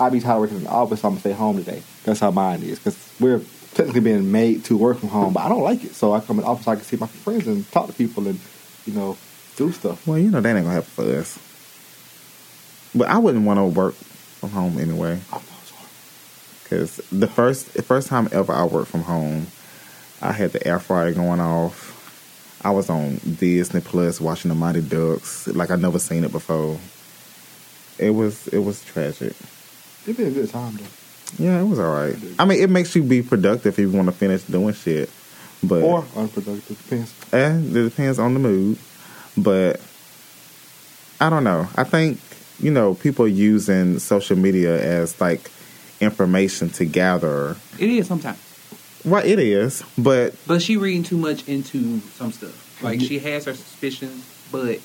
S3: I be tired of working in the office, so I'm gonna stay home today. That's how mine is. Because we're technically being made to work from home, but I don't like it. So I come in the office, so I can see my friends and talk to people and, you know, do stuff.
S1: Well, you know that ain't gonna happen for us. But I wouldn't want to work from home anyway. Because the first the first time ever I worked from home, I had the air fryer going off. I was on Disney Plus watching the Mighty Ducks like I never seen it before. It was it was tragic.
S3: It'd be a good time, though.
S1: Yeah, it was all right. I mean, it makes you be productive if you want to finish doing shit. But
S3: Or unproductive, depends.
S1: Eh, it depends on the mood. But I don't know. I think you know people using social media as like information to gather.
S2: It is sometimes.
S1: Well, it is, but
S2: But she reading too much into some stuff. Like she has her suspicions, but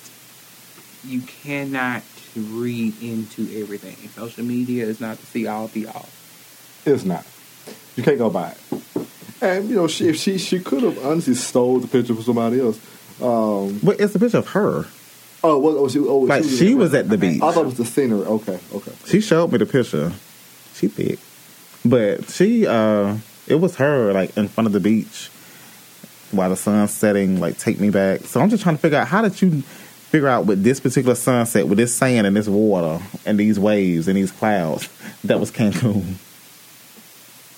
S2: you cannot read into everything. Social media is not to see all be all.
S3: It's not. You can't go by it. And you know, she if she she could have honestly stole the picture from somebody else. Um,
S1: but it's a picture of her.
S3: oh, what, oh, she, oh,
S1: Like she was at the beach.
S3: I thought it was the scenery. Okay, okay.
S1: She showed me the picture. She big. But she uh it was her like in front of the beach while the sun's setting, like take me back. So I'm just trying to figure out how did you figure out with this particular sunset, with this sand and this water and these waves and these clouds, that was Cancun.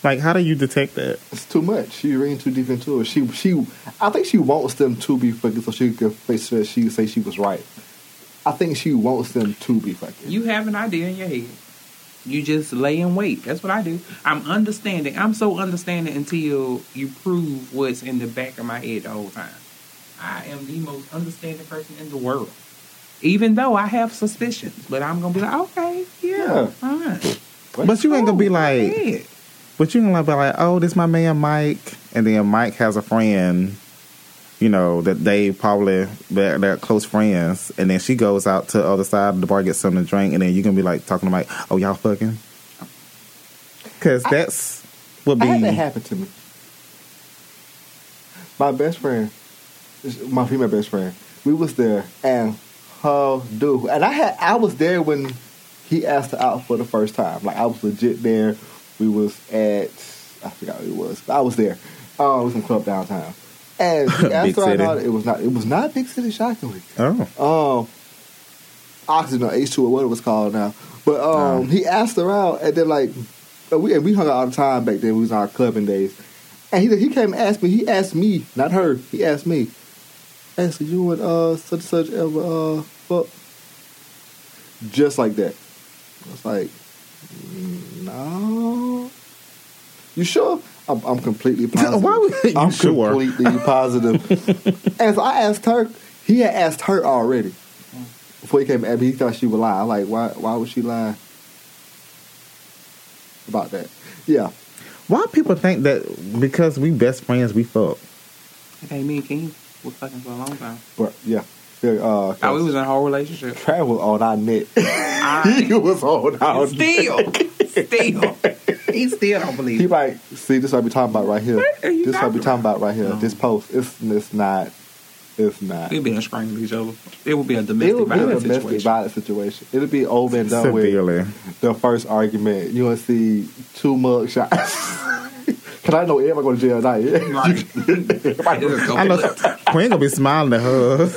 S1: Like how do you detect that?
S3: It's too much. She ran too deep into it. She she I think she wants them to be fucking so she can face that she say she was right. I think she wants them to be fucking.
S2: You have an idea in your head. You just lay in wait. That's what I do. I'm understanding. I'm so understanding until you prove what's in the back of my head the whole time. I am the most understanding person in the world. Even though I have suspicions, but I'm gonna be like, okay,
S3: Yeah.
S2: yeah, fine.
S1: But you ain't gonna be
S2: Cool,
S1: like
S2: go ahead.
S1: But you can like be like, oh, this my man Mike, and then Mike has a friend, you know, that they probably they're, they're close friends, and then she goes out to the other side of the bar, gets something to drink, and then you can be like talking to Mike, oh, y'all fucking, because that's would
S3: I
S1: be
S3: had that happen to me. My best friend, my female best friend, we was there, and her dude, and I had I was there when he asked her out for the first time. Like I was legit there. We was at I forgot who it was. But I was there. Um, it was some club downtown, and he asked
S1: Big
S3: her
S1: city.
S3: out. It was not. It was not big city. Shockingly,
S1: oh,
S3: um, oxygen or H two or what it was called now. But um, he asked her out, and then like and we and we hung out all the time back then. We was in our clubbing days, and he he came and asked me. He asked me, not her. He asked me, "Hey, so you and uh such and such ever uh fuck?" Just like that. I was like, "No." You sure? I'm, I'm completely positive.
S1: Why would- you
S3: I'm
S1: sure?
S3: completely positive. As I asked her, he had asked her already before he came at me, he thought she would lie. I'm like, why? Why would she lie about that? Yeah,
S1: why people think that because we best friends we fuck?
S2: Okay, me and King were fucking for a long time.
S3: but yeah, yeah uh,
S2: Oh, we was in a whole relationship.
S3: travel on our net.
S2: I,
S3: he was on our net.
S2: still, still, he still don't believe.
S3: He
S2: it.
S3: like, see, this what I be talking about right here.
S2: What are you
S3: This what I be
S2: talking
S3: talking about right here.
S2: No.
S3: This post, it's it's not, it's not.
S2: We'd be in screaming with each other. It would be a
S3: It
S2: domestic
S3: would be a
S2: violence
S3: domestic
S2: situation.
S3: violence situation. It'll be over and done with.
S1: Severely,
S3: The first argument, you will see two mug shots. Cause I know everybody going to jail tonight.
S2: Right. It'll go
S1: I know Quinn gonna be smiling at her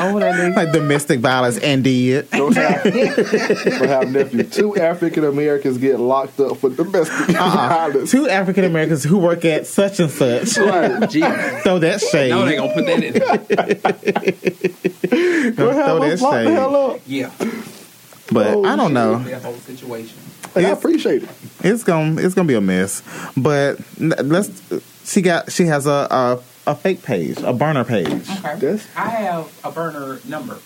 S2: Oh, that nigga.
S1: like domestic violence and did.
S3: Don't have, don't have nephew. Two African Americans get locked up for domestic violence.
S1: Two African Americans who work at such and such.
S3: Right.
S2: Jeez.
S1: Throw that shade.
S2: No, they gonna put that in. there.
S1: Don't throw that
S3: Let's lock the
S1: shade.
S3: hell up.
S2: Yeah,
S1: But I don't know.
S2: That whole situation.
S3: And I appreciate it.
S1: It's gonna it's gonna be a mess. But n- let's. She got she has a a, a fake page, a burner page.
S2: Okay.
S3: That's-
S2: I have a burner number.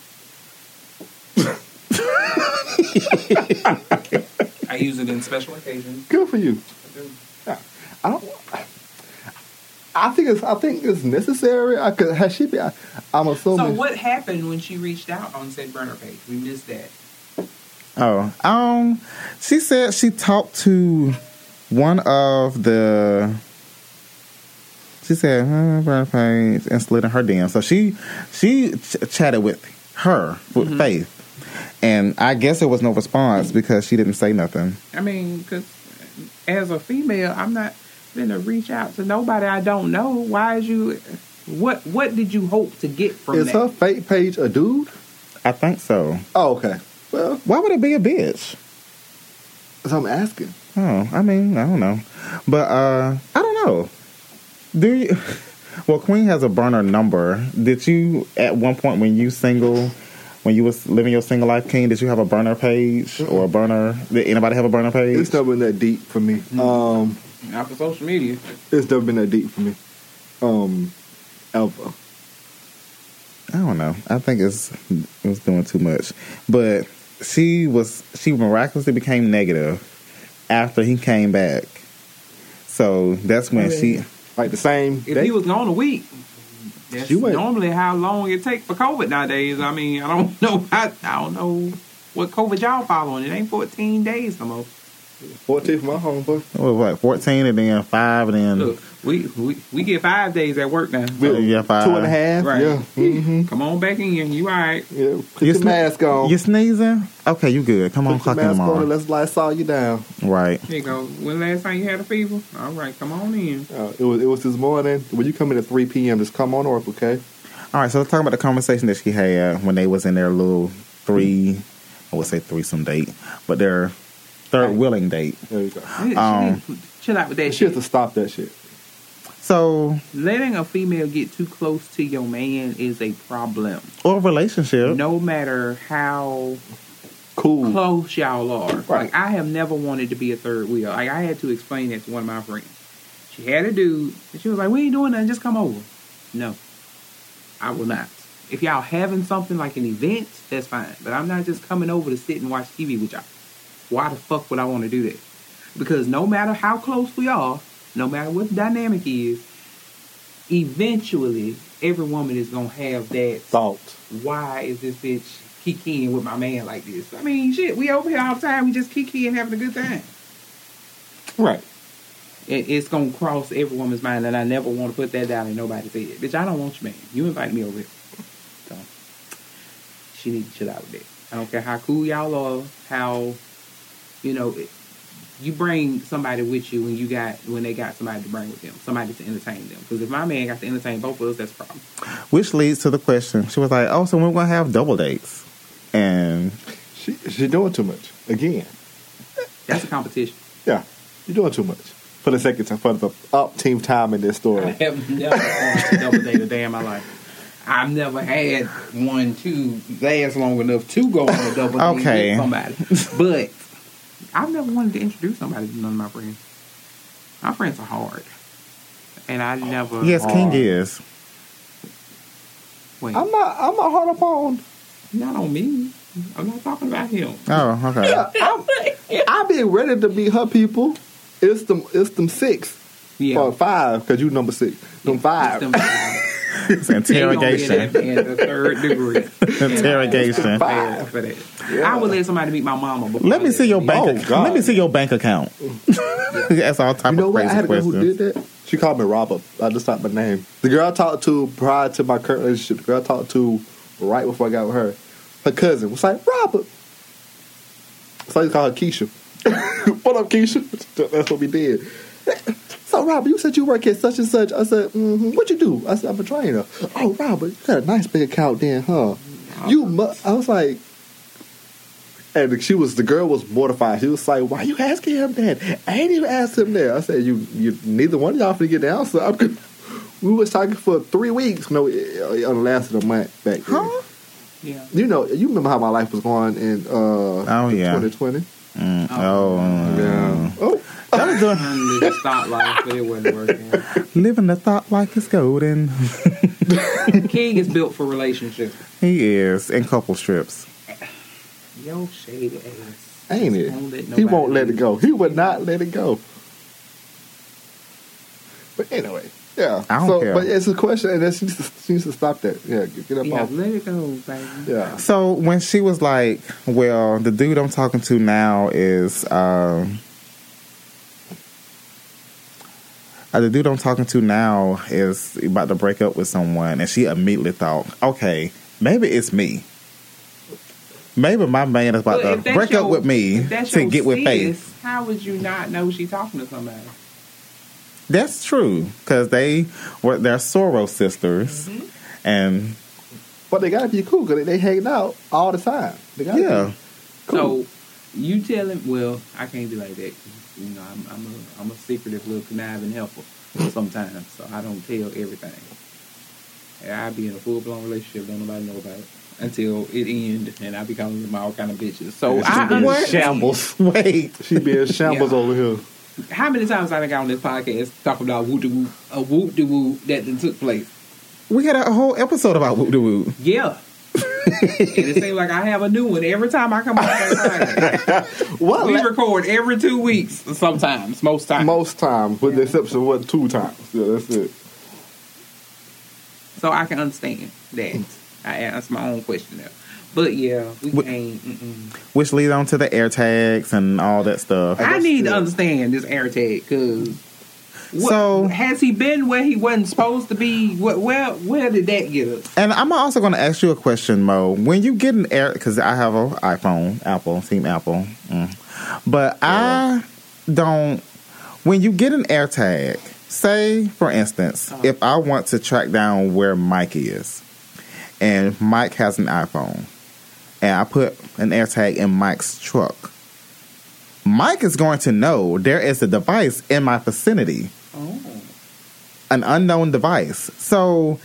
S2: I use it in special occasions.
S3: Good for you. I don't. I think it's. I think it's necessary. I could. Has she been? I'm
S2: So
S3: assuming.
S2: what happened when she reached out on said burner page? We missed that.
S1: Oh, um, she said she talked to one of the. She said "Huh, burner page and slid in her DM. So she she ch- chatted with her with Faith, and I guess there was no response because she didn't say nothing.
S2: I mean, because as a female, I'm not gonna reach out to nobody I don't know. Why is you? What What did you hope to get from
S3: Is
S2: that?
S3: her fake page a dude?
S1: I think so.
S3: Oh, okay. Well,
S1: Why would it be a bitch?
S3: that's what I'm asking.
S1: Oh, I mean, I don't know, but uh, I don't know. Do you? Well, Queen has a burner number. Did you at one point when you single, when you was living your single life, King? Did you have a burner page or a burner? Did anybody have a burner page?
S3: It's never been that deep for me.
S1: Hmm.
S3: Um,
S2: Not for social media.
S3: it's never been that deep for me. Um, ever.
S1: I don't know. I think it's it was doing too much. But she was she miraculously became negative after he came back. So that's when she
S3: Like the same.
S2: If
S3: that-
S2: he was gone a week, that's
S3: She went-
S2: normally how long it take for COVID nowadays. I mean, I don't know. I, I don't know what COVID y'all following. It ain't fourteen days no more.
S3: 14 for my homeboy.
S1: what, what fourteen and then five and then
S2: Look, we, we we get five days at work now.
S1: Oh, yeah, five. Hmm.
S3: Two and a half.
S2: Right.
S3: Yeah. Mm-hmm.
S2: Come on back in. You all right?
S3: yeah. Put your
S1: sne-
S3: mask on.
S1: You sneezing? Okay, you good. Come on,
S3: Put your
S1: clock in
S3: mask on and
S1: tomorrow.
S3: let's lysol you down.
S1: Right.
S2: Here you go. When last time you had a fever? All right, come on in.
S3: Uh, it was it was this morning. When you come in at 3 p.m., just come on up, okay?
S1: All right, so let's talk about the conversation that she had when they was in their little three, I would say threesome date, but their third willing date.
S3: There you go.
S2: She-
S1: Um,
S2: she need to chill out with that
S3: She
S2: shit.
S3: has to stop that shit.
S1: So,
S2: Letting a female get too close to your man is a problem.
S1: or relationship.
S2: No matter how
S3: Cool.
S2: close y'all are.
S3: Right.
S2: Like I have never wanted to be a third wheel. Like I had to explain that to one of my friends. She had a dude, and she was like, "We ain't doing nothing. Just come over." No, I will not. If y'all having something like an event, that's fine. But I'm not just coming over to sit and watch TV with y'all. Why the fuck would I want to do that? Because no matter how close we are, no matter what the dynamic is, eventually every woman is gonna have that
S3: Thought.
S2: why is this bitch kikiing with my man like this? I mean, shit, we over here all the time. We just kiki and having a good time.
S3: Right.
S2: It, it's gonna cross every woman's mind, and I never want to put that down in nobody's head. Bitch, I don't want your man. You invited me over here. So she need to chill out with that. I don't care how cool y'all are, how you know. It, you bring somebody with you when you got when they got somebody to bring with them, somebody to entertain them. Because if my man got to entertain both of us, that's a problem.
S1: Which leads to the question. She was like, oh, so we're going to have double dates. And
S3: She she's doing too much. Again.
S2: That's a competition.
S3: Yeah. You're doing too much. For the second time, for the up team time in this
S2: I
S3: story.
S2: have never had a double date a day in my life. I've never had one to last long enough to go on a double date
S1: Okay.
S2: with somebody. But I've never wanted to introduce somebody to none of my friends. My friends are hard. And I never
S1: yes,
S3: Uh-huh.
S1: King is.
S2: wait.
S3: I'm not I'm not hard upon
S2: not on me. I'm not talking about him.
S1: Oh, okay.
S3: I'm, I be ready to be her people. It's them it's them six.
S2: Yeah.
S3: Or five, because you number six. Them five.
S2: Them-
S1: It's
S2: they gonna get
S1: interrogation.
S2: it In the third degree.
S1: interrogation.
S2: Bad for that. I would let somebody meet my mama. before
S1: Let me see your
S2: me.
S1: bank. ac-
S3: Oh, God.
S1: Let me see your bank account. That's all type
S3: You know
S1: of
S3: what?
S1: crazy
S3: I had a girl
S1: questions.
S3: who did that. She called me Robert. I just typed my name. The girl I talked to prior to my current relationship, the girl I talked to right before I got with her, her cousin was like, Robert. So I used to call her Keisha. what up, Keisha? That's what we did. So, Robert, you said you work at such and such. I said, mm-hmm. what you do? I said, I'm a trainer. Oh, Robert, you got a nice big account then, huh? You mu-. I was like, and she was the girl was mortified. She was like, "Why you asking him that? I ain't even asked him that." I said, "You, you neither one of y'all finna get the answer." I'm con- we was talking for three weeks. No, it, it only lasted a month back then.
S2: Yeah.
S3: You know, you remember how my life was going in uh, oh
S1: yeah.
S3: 2020.
S1: Oh,
S3: Yeah. Oh,
S1: that was doing
S2: I just thought life, but it wasn't working.
S1: living the thought like it's golden.
S2: King is built for relationships.
S1: He is in couple strips.
S2: Yo, shady ass.
S3: ain't
S2: Just
S3: it?
S2: don't let
S3: He
S2: nobody
S3: won't let
S2: do
S3: it go. He would not let it go. But anyway, yeah.
S1: I don't
S3: so,
S1: care.
S3: But it's a question, and then she needs to, she needs to stop that. Yeah, get, get up
S2: Yeah,
S3: off.
S2: let it go, baby.
S3: Yeah.
S1: So when she was like, "Well, the dude I'm talking to now is um, uh, the dude I'm talking to now is about to break up with someone," and she immediately thought, "Okay, maybe it's me. Maybe my man is about
S2: But if
S1: to
S2: that's
S1: break
S2: your-
S1: up with me
S2: if that's
S1: to
S2: your
S1: get with
S2: sis,
S1: Faith."
S2: How would you not know she talking to somebody?
S1: That's true because they were they're Soros sisters,
S2: Mm-hmm.
S1: and
S3: But they gotta be cool because they, they hanging out all the time. They gotta
S1: yeah.
S3: be cool.
S2: So you tell him. Well, I can't be like that. You know, I'm, I'm a I'm a secretive little conniving helper sometimes, so I don't tell everything. And I be in a full blown relationship, don't nobody know about it until it end, and I be calling them all kind of bitches. So
S3: She
S2: I
S3: be in
S2: understand-
S3: shambles.
S1: Wait,
S3: She be in shambles
S2: Yeah.
S3: over here.
S2: How many times I done got on this podcast talking about whoop de whoop, a whoop de whoop that done took place?
S1: We had a whole episode about whoop de woo.
S2: Yeah. and it seems like I have a new one every time I come on that
S3: What?
S2: We
S3: la-
S2: record every two weeks sometimes, most times.
S3: most times, with the exception of what two times. Yeah, that's it.
S2: So I can understand that. I asked my own question there. But yeah, we
S1: Wh-
S2: ain't. Mm-mm.
S1: Which leads on to the air tags and all that stuff.
S2: I need to understand this air tag because.
S1: So-
S2: has he been where he wasn't supposed to be? Where where, where did that get us?
S1: And I'm also going to ask you a question, Mo. When you get an air, because I have an iPhone, Apple, Team Apple, mm. but I don't. When you get an air tag, say for instance, if I want to track down where Mike is, and Mike has an iPhone, and I put an air tag in Mike's truck, Mike is going to know there is a device in my vicinity an unknown device. So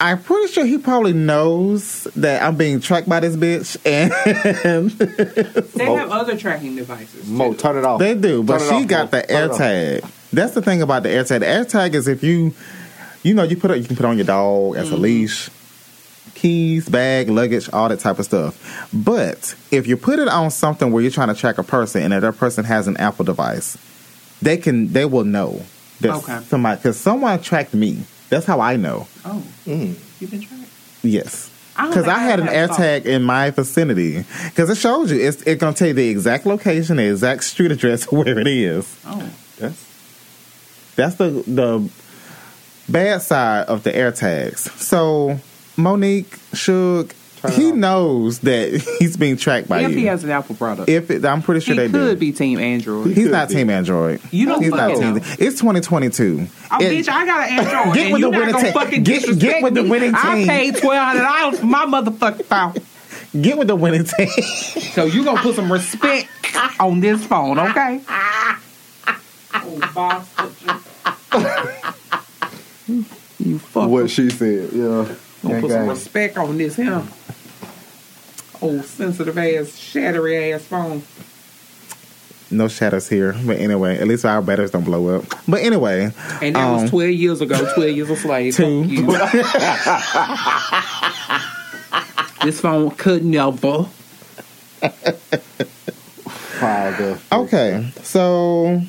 S1: I'm pretty sure he probably knows that I'm being tracked by this bitch, and
S2: They have other tracking devices.
S3: Mo,
S2: too.
S3: turn it off.
S1: they do. But
S3: Turn it
S1: she
S3: off,
S1: got
S3: Mo.
S1: the air
S3: Turn it off.
S1: tag. That's the thing about the air tag. The air tag is if you, you know, you put it, you can put it on your dog
S3: Mm-hmm.
S1: as a leash, keys, bag, luggage, all that type of stuff. But if you put it on something where you're trying to track a person, and if that person has an Apple device, they can, they will know. That
S2: Okay.
S1: Somebody, because someone tracked me. That's how I know.
S2: Oh, you've been tracked.
S1: Yes.
S2: I don't
S1: Because
S2: think
S1: I had an
S2: have
S1: air
S2: thought.
S1: tag in my vicinity. Because it shows you, it's it gonna tell you the exact location, the exact street address where it is.
S2: Oh,
S1: That's the the bad side of the air tags. So Monique Suge, he knows that he's being tracked by
S2: if
S1: you.
S2: he E has an Apple product,
S1: if it, I'm pretty sure
S2: he
S1: they
S2: could
S1: do.
S2: be Team Android.
S1: He's
S3: could
S1: not
S3: be.
S1: Team Android.
S2: You don't
S1: He's
S2: fucking know.
S1: It's 2022.
S2: Oh,
S1: It-
S2: bitch, I got an Android.
S1: Get
S2: and
S1: with
S2: you
S1: the
S2: not
S1: winning
S2: gonna
S1: team.
S2: fucking
S1: Get- get
S2: disrespect
S1: with the
S2: me.
S1: winning
S2: I
S1: team.
S2: paid twelve hundred dollars for my motherfucking phone.
S1: Get with the winning team.
S2: So you gonna put some respect on this phone, okay? you fuck.
S3: What she said, yeah.
S2: Gonna put some
S3: Okay.
S2: respect on this here. Old sensitive ass, shattery ass phone.
S1: no shadows here. But anyway, at least our batteries don't blow up. But anyway,
S2: And that
S3: Um,
S2: was twelve years ago. Twelve years of slave.
S1: Two.
S2: Fuck you. this phone could never.
S3: Filed up.
S1: Okay, so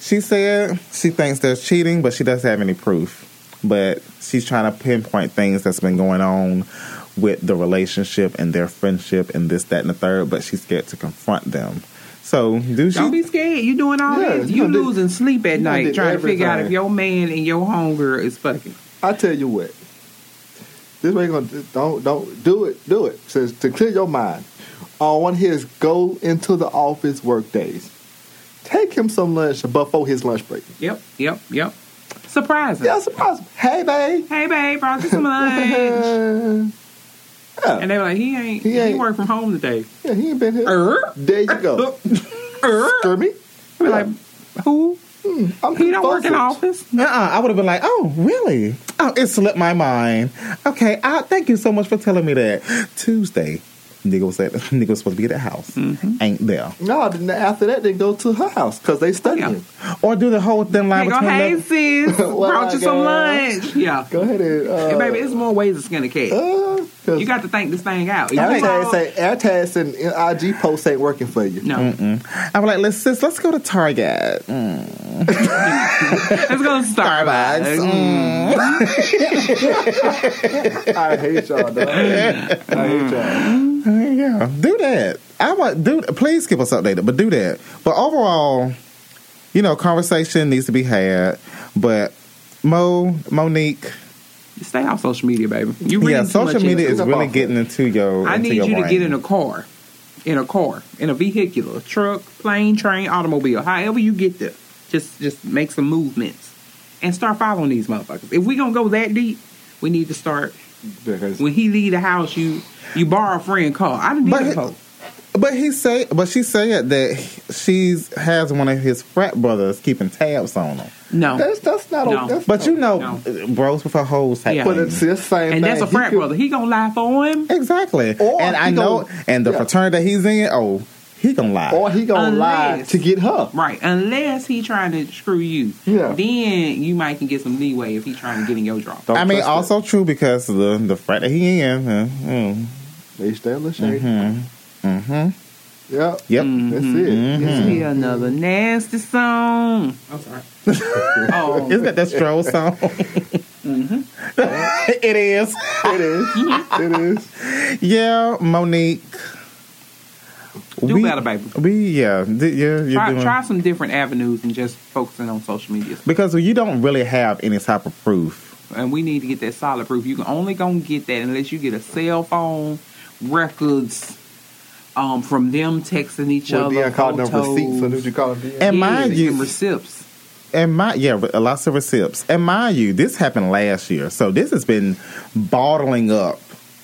S1: she said she thinks there's cheating, but she doesn't have any proof. But she's trying to pinpoint things that's been going on with the relationship and their friendship and this, that, and the third. But she's scared to confront them. So do
S2: Don't be
S1: she?
S2: scared. You doing all
S3: Yeah,
S2: this.
S3: you
S2: You
S3: done did-
S2: losing sleep at
S3: you done
S2: night
S3: did
S2: trying to figure out if
S3: everything.
S2: your man and your homegirl is fucking.
S3: I tell you what. This way gonna don't don't do it, do it. Says to clear your mind. All one here is go into the office work days. Take him some lunch before his lunch break.
S2: Yep, yep, yep. Surprising.
S3: Yeah, surprise him. Hey babe.
S2: Hey, babe, brought you some lunch. and they were like, he ain't. He,
S3: He ain't- Oh.
S2: worked from home today.
S3: Yeah, he ain't been here.
S2: Er,
S3: There you go.
S2: er.
S3: Skirmy.
S2: Be like, who?
S3: I'm
S2: He don't work in
S3: convulsing.
S2: office.
S1: Uh-uh. I would have been like, oh, really? Oh, it slipped my mind. Okay, I, thank you so much for telling me that. Tuesday, nigga was, at, nigga was supposed to be at the house.
S2: Mm-hmm.
S1: Ain't there.
S3: No, then after that they go to her house because they study
S2: Yeah.
S3: him.
S1: Or do the whole thin line
S2: They go,
S1: between
S2: hey
S1: love-
S2: sis,
S3: Well,
S2: brought you
S3: I
S2: some
S3: guess.
S2: lunch. Yeah.
S3: Go ahead and uh,
S2: Hey,
S1: Oh.
S2: baby, it's more ways to skin a cat.
S3: uh, 'cause
S2: you got to think this thing out. If you
S3: AirTags
S2: call-
S3: say AirTags and IG posts ain't working for you.
S2: no,
S1: I'm like, let's sis, let's go to Target. Mm,
S2: let's go to Starbucks. Mm.
S1: Starbucks. Mm.
S3: I hate y'all, dog. I hate
S2: Mm.
S3: y'all.
S1: Yeah, do that. I want do. Please keep us updated, but do that. But overall, you know, conversation needs to be had. But Mo, Monique,
S2: Stay off social media, baby. You read
S1: yeah, social media is really getting into your.
S2: I
S1: into
S2: need
S1: your
S2: you to
S1: brain.
S2: get in a car, in a car, in a vehicular, truck, plane, train, automobile, however you get there. Just just make some movements and start following these motherfuckers. If we gonna go that deep, we need to start.
S3: Because
S2: When he leave the house, you you borrow a friend car. I didn't
S1: But
S2: need
S1: he-
S2: a car.
S1: But he say, but she said that she's has one of his frat brothers keeping tabs on him.
S2: No,
S3: that's that's not
S2: No.
S3: a, that's
S1: But you know,
S2: No.
S1: bros before hoes type
S2: Yeah.
S3: but it's the
S2: and
S3: same thing.
S2: that's a
S3: He
S2: frat
S3: could-
S2: brother. He gonna lie for him.
S1: Exactly.
S3: Or
S1: and I
S3: he
S1: know,
S3: gonna-
S1: and the
S3: yeah.
S1: fraternity that he's in, oh, he gonna lie.
S3: Or he gonna lie
S2: Unless-
S3: to get her.
S2: Right, unless he trying to screw you.
S3: Yeah.
S2: Then you might can get some leeway if he trying to get in your draw.
S3: Don't
S1: I mean,
S3: trust it.
S1: also true because the the frat that he in. Uh, mm,
S3: They stay in the shade.
S1: mm-hmm.
S3: Yep.
S1: Yep.
S2: Mm-hmm.
S3: That's it.
S2: Let's hear
S1: Mm.
S2: another nasty song. I'm sorry. oh,
S1: Isn't that that stroll song?
S2: Mm-hmm.
S1: it is.
S3: It
S1: Mm-hmm.
S3: is. it is.
S1: Yeah, Monique.
S2: do better, baby.
S1: We yeah th- yeah you're
S2: Try,
S1: doing
S2: try some different avenues and just focusing on social media.
S1: because you don't really have any type of proof.
S2: And we need to get that solid proof. You can only gonna get that unless you get a cell phone, records, um, from them texting each
S3: Well,
S2: other,
S3: Deion called them
S2: photos,
S3: receipts. So did you call them Deion?
S1: And mind
S2: yeah,
S1: you-
S2: and receipts.
S1: And my yeah, but lots of receipts. And mind you, this happened last year, so this has been bottling up.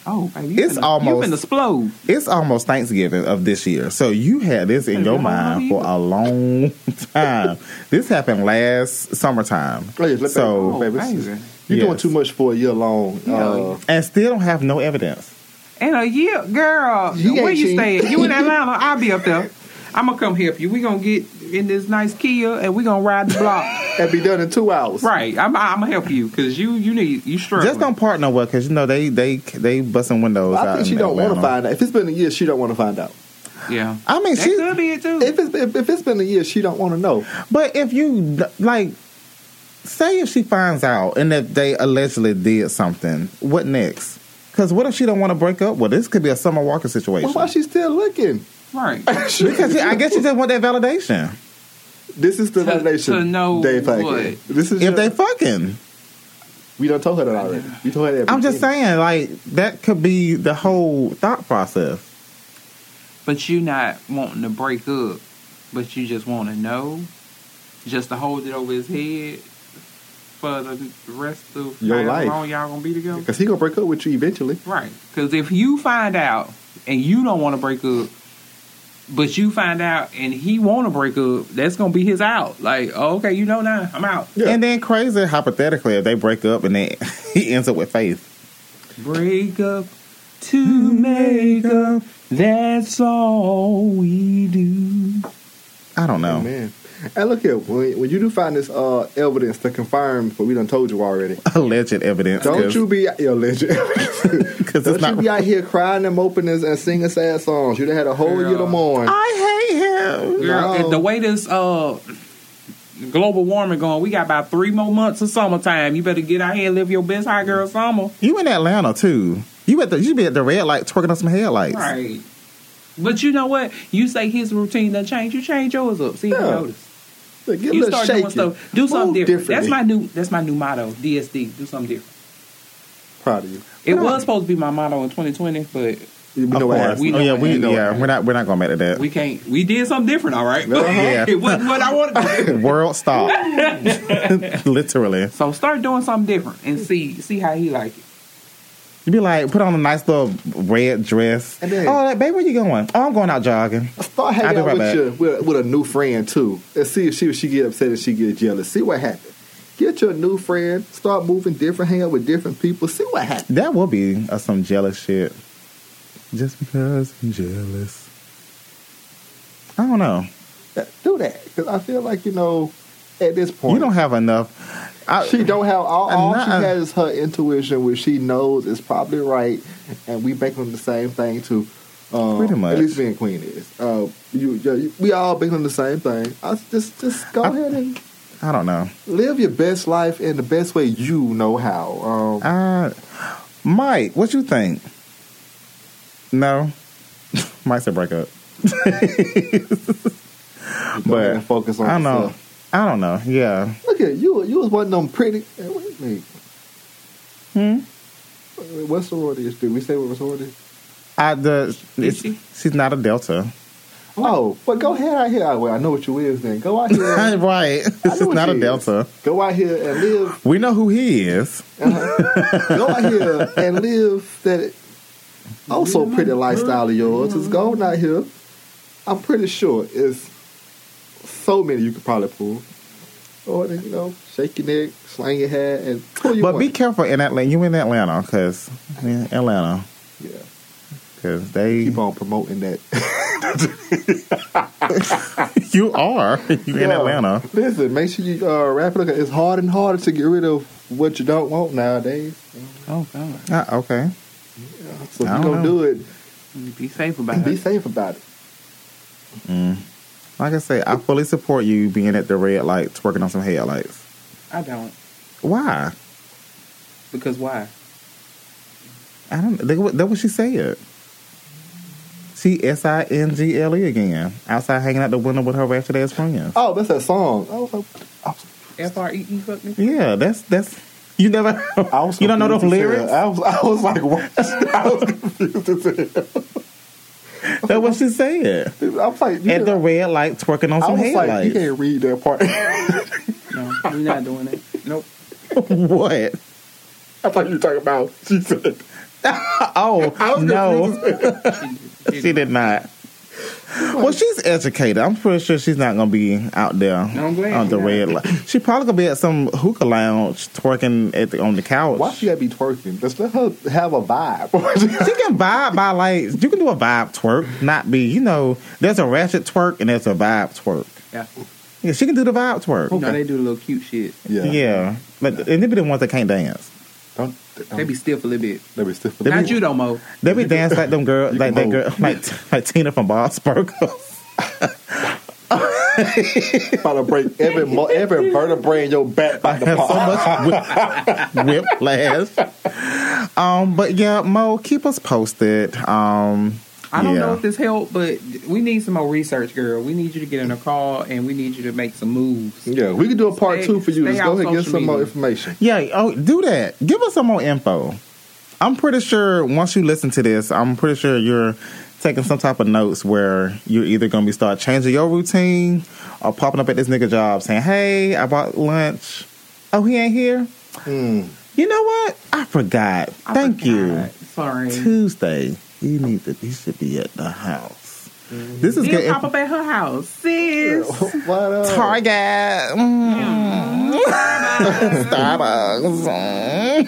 S2: Oh, baby, you
S1: It's
S2: finna, you
S1: almost-
S2: finna explode.
S1: It's almost Thanksgiving of this year, so you had this in your mind for a long time. this happened last summertime,
S3: Oh, yes, let
S1: So-
S3: so, baby,
S2: Oh,
S3: this is-
S2: baby.
S3: you're doing
S1: Yes.
S3: too much for a year long. Uh,
S1: and still don't have no evidence.
S2: And a year, girl,
S3: You
S2: where
S3: ain't
S2: you
S3: cheating.
S2: stay? at? You in Atlanta? I'll be up there. I'm gonna come help you. We gonna get in this nice Kia and we gonna ride the block.
S3: and be done in two hours.
S2: right, I'm, I'm gonna help you because you you need you struggling.
S1: Just don't partner well because you know they they they busting windows.
S3: Well,
S1: out
S3: I think
S1: in
S3: she don't want to
S1: Atlanta.
S3: find out. If it's been a year, she don't want to find out.
S2: Yeah,
S1: I mean,
S2: that
S1: she
S2: could be it too.
S3: If it's if, if it's been a year, she don't want to know.
S1: But if you like, say if she finds out and if they allegedly did something, what next? Because what if she don't want to break up? Well, this could be a Summer Walker situation.
S3: Well, why she still looking?
S2: right,
S1: because she, I guess she just want that validation.
S3: This is the
S2: To-
S3: validation.
S2: to know
S3: Dave Hackett.
S2: what?
S3: This
S1: If
S3: is your-
S1: they fucking,
S3: we don't told her that already. You told her that. at the
S1: I'm just
S3: beginning.
S1: saying, like that could be the whole thought process.
S2: but you not wanting to break up, but you just want to know, just to hold it over his head for the rest of
S3: Your
S2: however
S3: life.
S2: long y'all gonna be together.
S3: Cause he gonna break up with you eventually.
S2: Right. Because if you find out and you don't want to break up, but you find out and he want to break up, that's gonna be his out. Like, oh, okay, you know now, I'm out.
S3: Yeah.
S1: And then, crazy hypothetically, if they break up and then he ends up with Faith,
S2: Break up to make up. That's all we do.
S1: I don't know.
S3: Man, and look here when, when you do find this uh, evidence to confirm what we done told you already.
S1: Alleged evidence.
S3: Don't
S1: 'cause-
S3: you be yo, legend.
S1: Because
S3: Don't
S1: it's
S3: you
S1: not.
S3: be out here crying them openings and singing sad songs. You'd have had a whole year to
S2: Girl.
S3: mourn.
S1: I hate him.
S2: Girl,
S3: No.
S2: the way this uh global warming going, we got about three more months of summertime. You better get out here and live your best high girl summer.
S1: You in Atlanta too. You at the you be at the red light twerking on some headlights.
S2: Right. But you know what? You say his routine doesn't change. You change yours up. See if you
S3: Yeah.
S2: notice.
S3: Like, give
S2: you
S3: it a
S2: start
S3: shake.
S2: doing stuff. Do something
S3: Move
S2: different. That's
S3: differently.
S2: my new. That's my new motto. DSD. Do something different.
S3: proud of you.
S2: It was supposed to be my motto in 2020, but
S3: You
S1: Of
S3: know what
S1: course.
S3: happened.
S2: We
S1: oh
S2: know
S1: yeah,
S2: what
S1: we
S2: happened.
S1: yeah, we're not we're not gonna make it that.
S2: we can't. We did something different. All right?
S1: Yeah.
S2: it wasn't what I wanted. to do.
S1: World stop. Literally.
S2: So start doing something different and see see how he like it.
S1: You be like, put on a nice little red dress.
S3: And then-
S1: oh like, babe, where you going? Oh, I'm going out jogging. I'll
S3: Start hanging
S1: be
S3: out
S1: right
S3: with,
S1: back.
S3: your, with, with a new friend too, and see if she she get upset and she get jealous. See what happens. Get your new friend. Start moving different. Hang out with different people. See what happens.
S1: That will be uh, some jealous shit. Just because I'm jealous. I don't know.
S3: That- Uh, Do that because I feel like you know, at this point,
S1: You don't have enough. I,
S3: she don't have all. all
S1: Not-
S3: she has is her intuition, which she knows is probably right, and we make them the same thing too. Um,
S1: Pretty much.
S3: At least being queen is. Uh, you, you, we all making them the same thing. I just just go ahead and
S1: I don't know.
S3: live your best life in the best way you know how. Um,
S1: Uh, Mike, what you think? No, Mike said break up.
S3: but
S1: But
S3: and focus on
S1: I don't know.
S3: yourself.
S1: I don't know. Yeah,
S3: Look at you. You was one of them pretty. eh, Wait a minute. Hmm. What sorority is? Do we say what sorority? is?
S1: I the it's,
S2: she?
S1: she's not a Delta,
S3: Oh, but go ahead out here. Oh, well, I know what you is then. Go out here.
S1: right? She's
S3: what
S1: not a
S3: she is.
S1: Delta.
S3: go out here and live.
S1: We know who he is.
S3: Go out here and live that also pretty lifestyle of yours. Is going out here. I'm pretty sure it's so many you could probably pull. Or you know, shake your neck, slang your head, and pull your.
S1: But be careful in Atlanta. You in Atlanta because Atlanta.
S3: Yeah.
S1: because they
S3: Keep on promoting that.
S1: you are you in
S3: Yeah.
S1: Atlanta.
S3: Listen, make sure you uh, wrap it up. It's harder and harder to get rid of what you don't want nowadays.
S2: Oh God.
S1: Ah, okay,
S3: So if
S1: I
S3: you
S1: don't
S3: don't do it,
S2: Be safe about
S3: be
S2: it.
S3: safe about it.
S1: like I say, I fully support you being at the red light twerking on some headlights.
S2: I don't.
S1: Why?
S2: Because why?
S1: I don't. That, that what she said. She S I N G L E again. Outside hanging out the window with her ratchet ass friends.
S3: Oh, that's that song. I was like, I was,
S2: F R E E fuck me.
S1: Yeah, that's that's. You never.
S3: I was
S1: you don't know those
S3: confused as hell.
S1: lyrics.
S3: I was, I was like, what? I was confused as hell.
S1: That's what she said.
S3: I was like, you
S1: At the
S3: know,
S1: red light, twerking on
S3: I
S1: some
S3: was like, you
S1: headlights.
S3: can't read that part. I
S2: No, we're not doing that. Nope.
S1: what?
S3: thought you were talking about. She said,
S1: Oh no, she did not. Well, she's educated. I'm pretty sure she's not gonna be out there
S2: No, I'm glad
S1: on
S2: she
S1: the
S2: not.
S1: red light. She probably gonna be at some hookah lounge twerking at the, on the couch.
S3: why she gotta be twerking? Just let her have a vibe.
S1: She can vibe by like you can do a vibe twerk, not be you know. There's a ratchet twerk and there's a vibe twerk.
S2: Yeah.
S1: Yeah, she can do the vibe twerk.
S2: You know they do the little cute shit.
S3: yeah.
S1: Yeah, but and they be the ones that can't dance.
S3: Don't, don't,
S2: They be stiff a little bit.
S3: they be stiff.
S1: They be-
S2: Not you though, Mo.
S1: They be dance like them girl,
S3: You
S1: like that
S3: can
S1: girl, like like Tina from Bob's Burgers.
S3: about to break every, mo- every vertebrae in your back by the
S1: Have so
S3: pop.
S1: much whip, whiplash. Um, but yeah, Mo, keep us posted. Um,
S2: I don't
S1: yeah.
S2: know if this helped, but we need some more research, girl. We need you to get in a call and we need you to make some moves.
S3: Yeah, we can do a part
S2: Stay-
S3: two for you.
S2: stay
S3: Just go
S2: off
S3: ahead and get
S2: social
S3: some more
S2: media.
S3: information.
S1: Yeah, oh, do that. Give us some more info. I'm pretty sure once you listen to this, I'm pretty sure you're taking some type of notes where you're either going to be start changing your routine or popping up at this nigga job saying, "Hey, I bought lunch. Oh, he ain't here.
S3: Hmm.
S1: You know what? I forgot.
S2: I
S1: Thank you.
S2: forgot. Oh Sorry.
S1: Tuesday, you need to. You should be at the house. This is
S2: Then
S1: good.
S2: Mm-hmm. pop up at her house. Sis.
S3: What up?
S1: Target. Mm. Starbucks.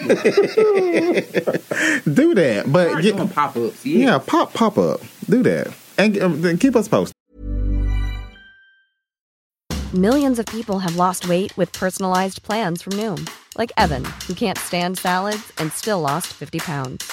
S1: Mm. Do that, but
S2: Start
S1: get-
S2: doing pop ups. Yeah.
S1: yeah, pop pop up. Do that, and um, then keep us posted.
S7: Millions of people have lost weight with personalized plans from Noom, like Evan, who can't stand salads and still lost 50 pounds.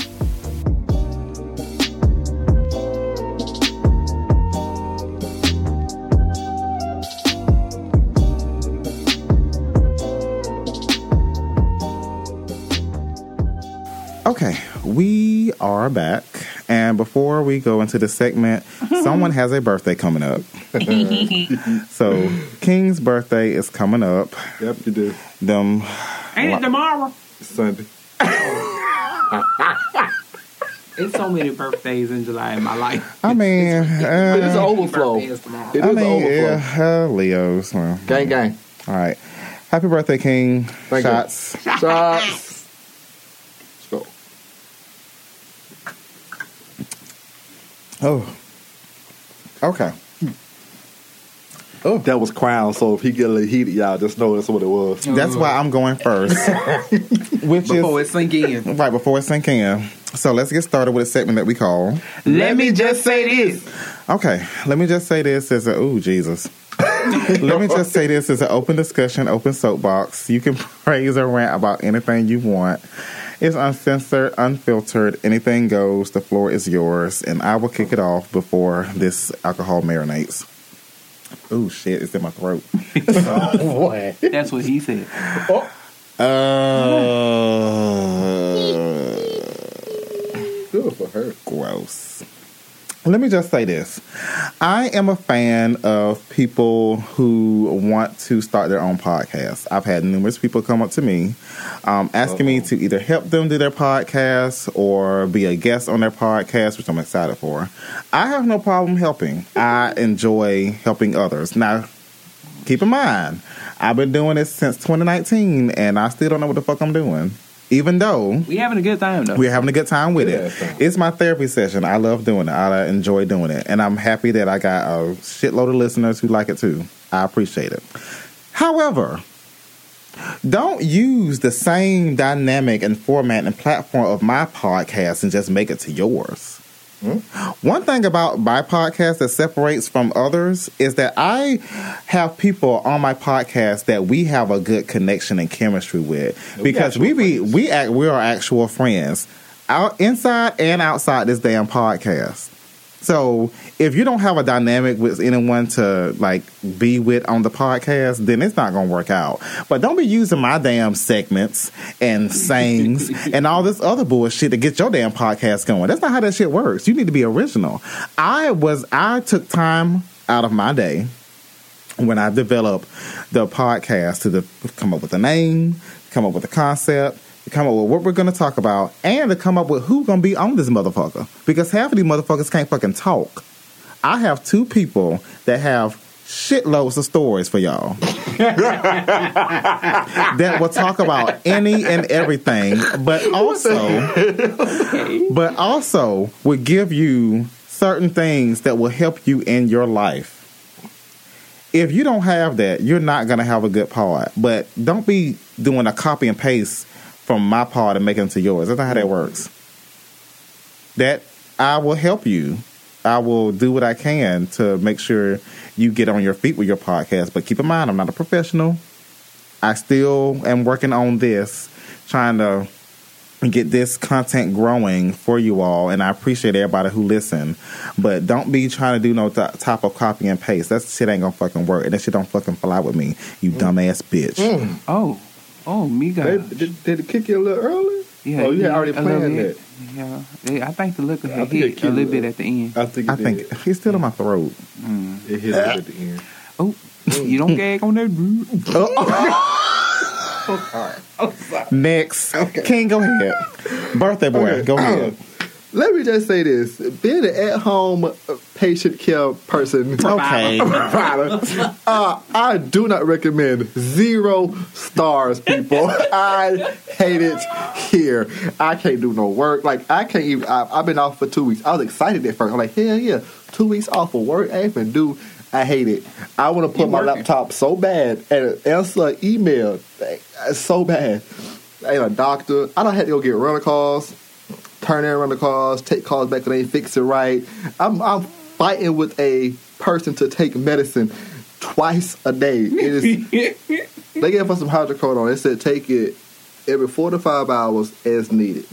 S1: Okay, we are back, And before we go into the segment, someone has a birthday coming up. so King's birthday is coming up.
S3: Yep, you do.
S1: Them
S2: Ain't it tomorrow?
S3: Sunday.
S2: It's so many birthdays in July in my life.
S1: I mean, uh,
S2: But it's overflow.
S1: It
S2: is
S1: I mean, yeah, uh, Leo's. Well,
S3: Gang, gang.
S1: All right. Happy birthday, King. Shots.
S3: Shots. Let's go.
S1: Oh. Okay. Oh.
S3: That was crown, so if he get a little heated, y'all just know that's what it was.
S1: That's why I'm going first. Which
S2: Before
S1: is
S2: it sink in.
S1: right before it sink in. So let's get started with a segment that we call.
S2: Let me just say this.
S1: Okay, let me just say this as a ooh Jesus. let me just say this as an open discussion, open soapbox. You can praise or rant about anything you want. It's uncensored, unfiltered. Anything goes. The floor is yours, and I will kick it off before this alcohol marinates. Ooh, shit! It's in my throat.
S2: What? That's what he said.
S1: Uh,
S3: Good for her.
S1: gross. Let me just say this. I am a fan of people who want to start their own podcast. I've had numerous people come up to me um, asking me to either help them do their podcast or be a guest on their podcast, which I'm excited for. I have no problem helping. I enjoy helping others. Now, keep in mind, I've been doing this since 2019 and I still don't know what the fuck I'm doing. Even though
S2: We having a good time though.
S1: we're having a good time with
S3: Yeah,
S1: it.
S3: so-
S1: It's my therapy session. I love doing it. I enjoy doing it. And I'm happy that I got a shitload of listeners who like it too. I appreciate it. However, don't use the same dynamic and format and platform of my podcast and just make it to yours. One thing about my podcast that separates from others is that I have people on my podcast that we have a good connection and chemistry with because we be, we act we are actual friends out inside and outside this damn podcast. So if you don't have a dynamic with anyone to like be with on the podcast, then it's not gonna work out. But don't be using my damn segments and sayings and all this other bullshit to get your damn podcast going. That's not how that shit works. You need to be original. I was I took time out of my day when I develop the podcast to the, come up with a name, come up with a concept, to come up with what we're going to talk about, and to come up with who's going to be on this motherfucker. Because half of these motherfuckers can't fucking talk. I have two people that have shitloads of stories for y'all that will talk about any and everything, but also, but also will give you certain things that will help you in your life if you don't have that, you're not gonna have a good pod. But don't be doing a copy and paste from my pod and making it to yours. That's not how that works. That I will help you. I will do what I can to make sure you get on your feet with your podcast. But keep in mind, I'm not a professional. I still am working on this, trying to get this content growing for you all and i appreciate everybody who listen but don't be trying to do no th- type of copy and paste that shit ain't gonna fucking work and that shit don't fucking fly with me
S3: Mm.
S1: you dumbass bitch
S2: Oh. Oh, me
S3: They,
S2: God.
S3: did, did it kick you a little early?
S2: Yeah,
S3: oh, you had
S2: yeah,
S3: already
S2: a little
S3: planned
S2: bit.
S3: that.
S2: Yeah. They- I think the liquor
S3: I
S2: had
S3: think
S2: hit
S3: it
S2: a
S3: killed
S2: little
S3: it.
S2: bit at the end.
S3: I think it
S1: i
S3: did.
S1: think he's still in my throat
S3: it hit it at the end.
S2: Oh, you don't gag on that. dude.
S1: next king go ahead birthday boy
S3: Okay.
S1: go ahead
S3: Let me just say this: being an at-home patient care person,
S1: okay
S3: provider, uh, I do not recommend zero stars, people. I hate it here. I can't do no work. Like I can't even. I, I've been off for two weeks. I was excited at first. I'm like, hell yeah, two weeks off of work. I ain't even do. I hate it. I want to put
S2: You
S3: my
S2: working.
S3: laptop so bad and answer an email like, so bad. I ain't a doctor. I don't have to go get rental calls turn in the calls, take calls back when they fix it right. I'm I'm fighting with a person to take medicine twice a day. It is they gave us some hydrocodone. They said take it every four to five hours as needed.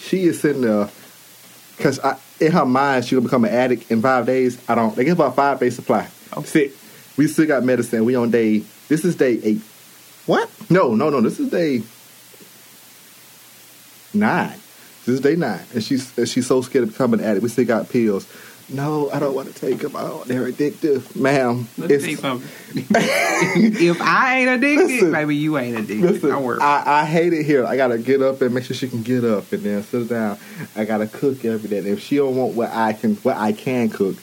S3: She is sitting there because in her mind she gonna become an addict in five days. I don't. They give her a five day supply. That's it. We still got medicine. We on day. This is day eight. What? No, no, no. This is day nine. This is day nine, and she's and she's so scared of becoming an addict. We still got pills. No, I don't want to take them. I don't. They're addictive, ma'am.
S2: Let me tell you something. if I ain't addicted, baby, you ain't addicted.
S3: Listen,
S2: Don't worry.
S3: I, I hate it here. I gotta get up and make sure she can get up and then sit down. I gotta cook every day. And if she don't want what I can what I can cook,